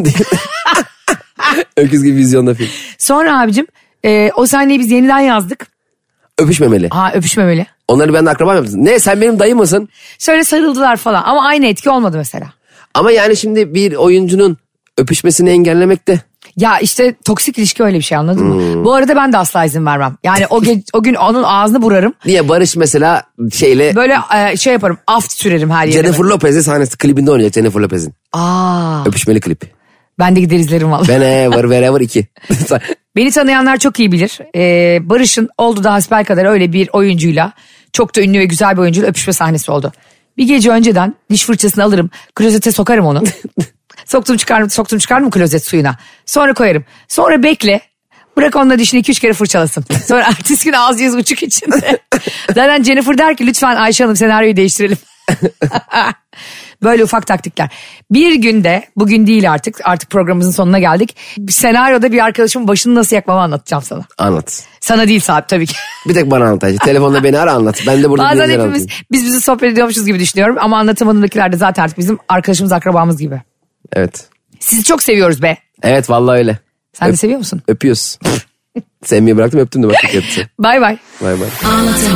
Speaker 3: öküz gibi vizyonda film.
Speaker 2: Sonra abicim e, o sahneyi biz yeniden yazdık.
Speaker 3: Öpüşmemeli.
Speaker 2: Ha öpüşmemeli.
Speaker 3: Onları ben de akrabam yaptım. Ne sen benim dayı mısın?
Speaker 2: Şöyle sarıldılar falan ama aynı etki olmadı mesela.
Speaker 3: Ama yani şimdi bir oyuncunun öpüşmesini engellemek de
Speaker 2: Ya işte toksik ilişki öyle bir şey anladın mı? Bu arada ben de asla izin vermem. Yani o, ge- o gün onun ağzını burarım.
Speaker 3: Niye Barış mesela şeyle
Speaker 2: Böyle e, şey yaparım aft sürerim her yere.
Speaker 3: Jennifer Lopez'in sahnesi klibinde oynayacak Jennifer Lopez'in.
Speaker 2: Aa,
Speaker 3: Öpüşmeli klip. e,
Speaker 2: ben de gider izlerim vallahi.
Speaker 3: Whenever wherever 2.
Speaker 2: Beni tanıyanlar çok iyi bilir. Ee, Barış'ın oldu da hasbel kadar öyle bir oyuncuyla çok da ünlü ve güzel bir oyuncuyla öpüşme sahnesi oldu. Bir gece önceden diş fırçasını alırım klozete sokarım onu. soktum çıkarım soktum çıkarım klozet suyuna. Sonra koyarım. Sonra bekle. Bırak onunla dişini iki üç kere fırçalasın. Sonra ertesi gün ağzı yüz buçuk içinde. Zaten Jennifer der ki lütfen Ayşe Hanım senaryoyu değiştirelim. Böyle ufak taktikler. Bir günde bugün değil artık artık programımızın sonuna geldik. Senaryoda bir arkadaşımın başını nasıl yakmamı anlatacağım sana.
Speaker 3: [laughs] anlat.
Speaker 2: Sana değil sahip tabii ki.
Speaker 3: Bir tek bana anlat. Ayşe. Telefonla beni ara anlat. Ben de burada
Speaker 2: Bazen
Speaker 3: dinleyenlere
Speaker 2: hepimiz
Speaker 3: anlatayım.
Speaker 2: biz bizi sohbet ediyormuşuz gibi düşünüyorum ama anlatamadığımdakiler de zaten artık bizim arkadaşımız akrabamız gibi.
Speaker 3: Evet.
Speaker 2: Sizi çok seviyoruz be.
Speaker 3: Evet vallahi öyle.
Speaker 2: Sen de seviyor musun? [laughs]
Speaker 3: Öpüyoruz. Sevmeyi bıraktım öptüm de bak. öptüm.
Speaker 2: Bay bay.
Speaker 3: Bay bay.
Speaker 4: Anlatamadım.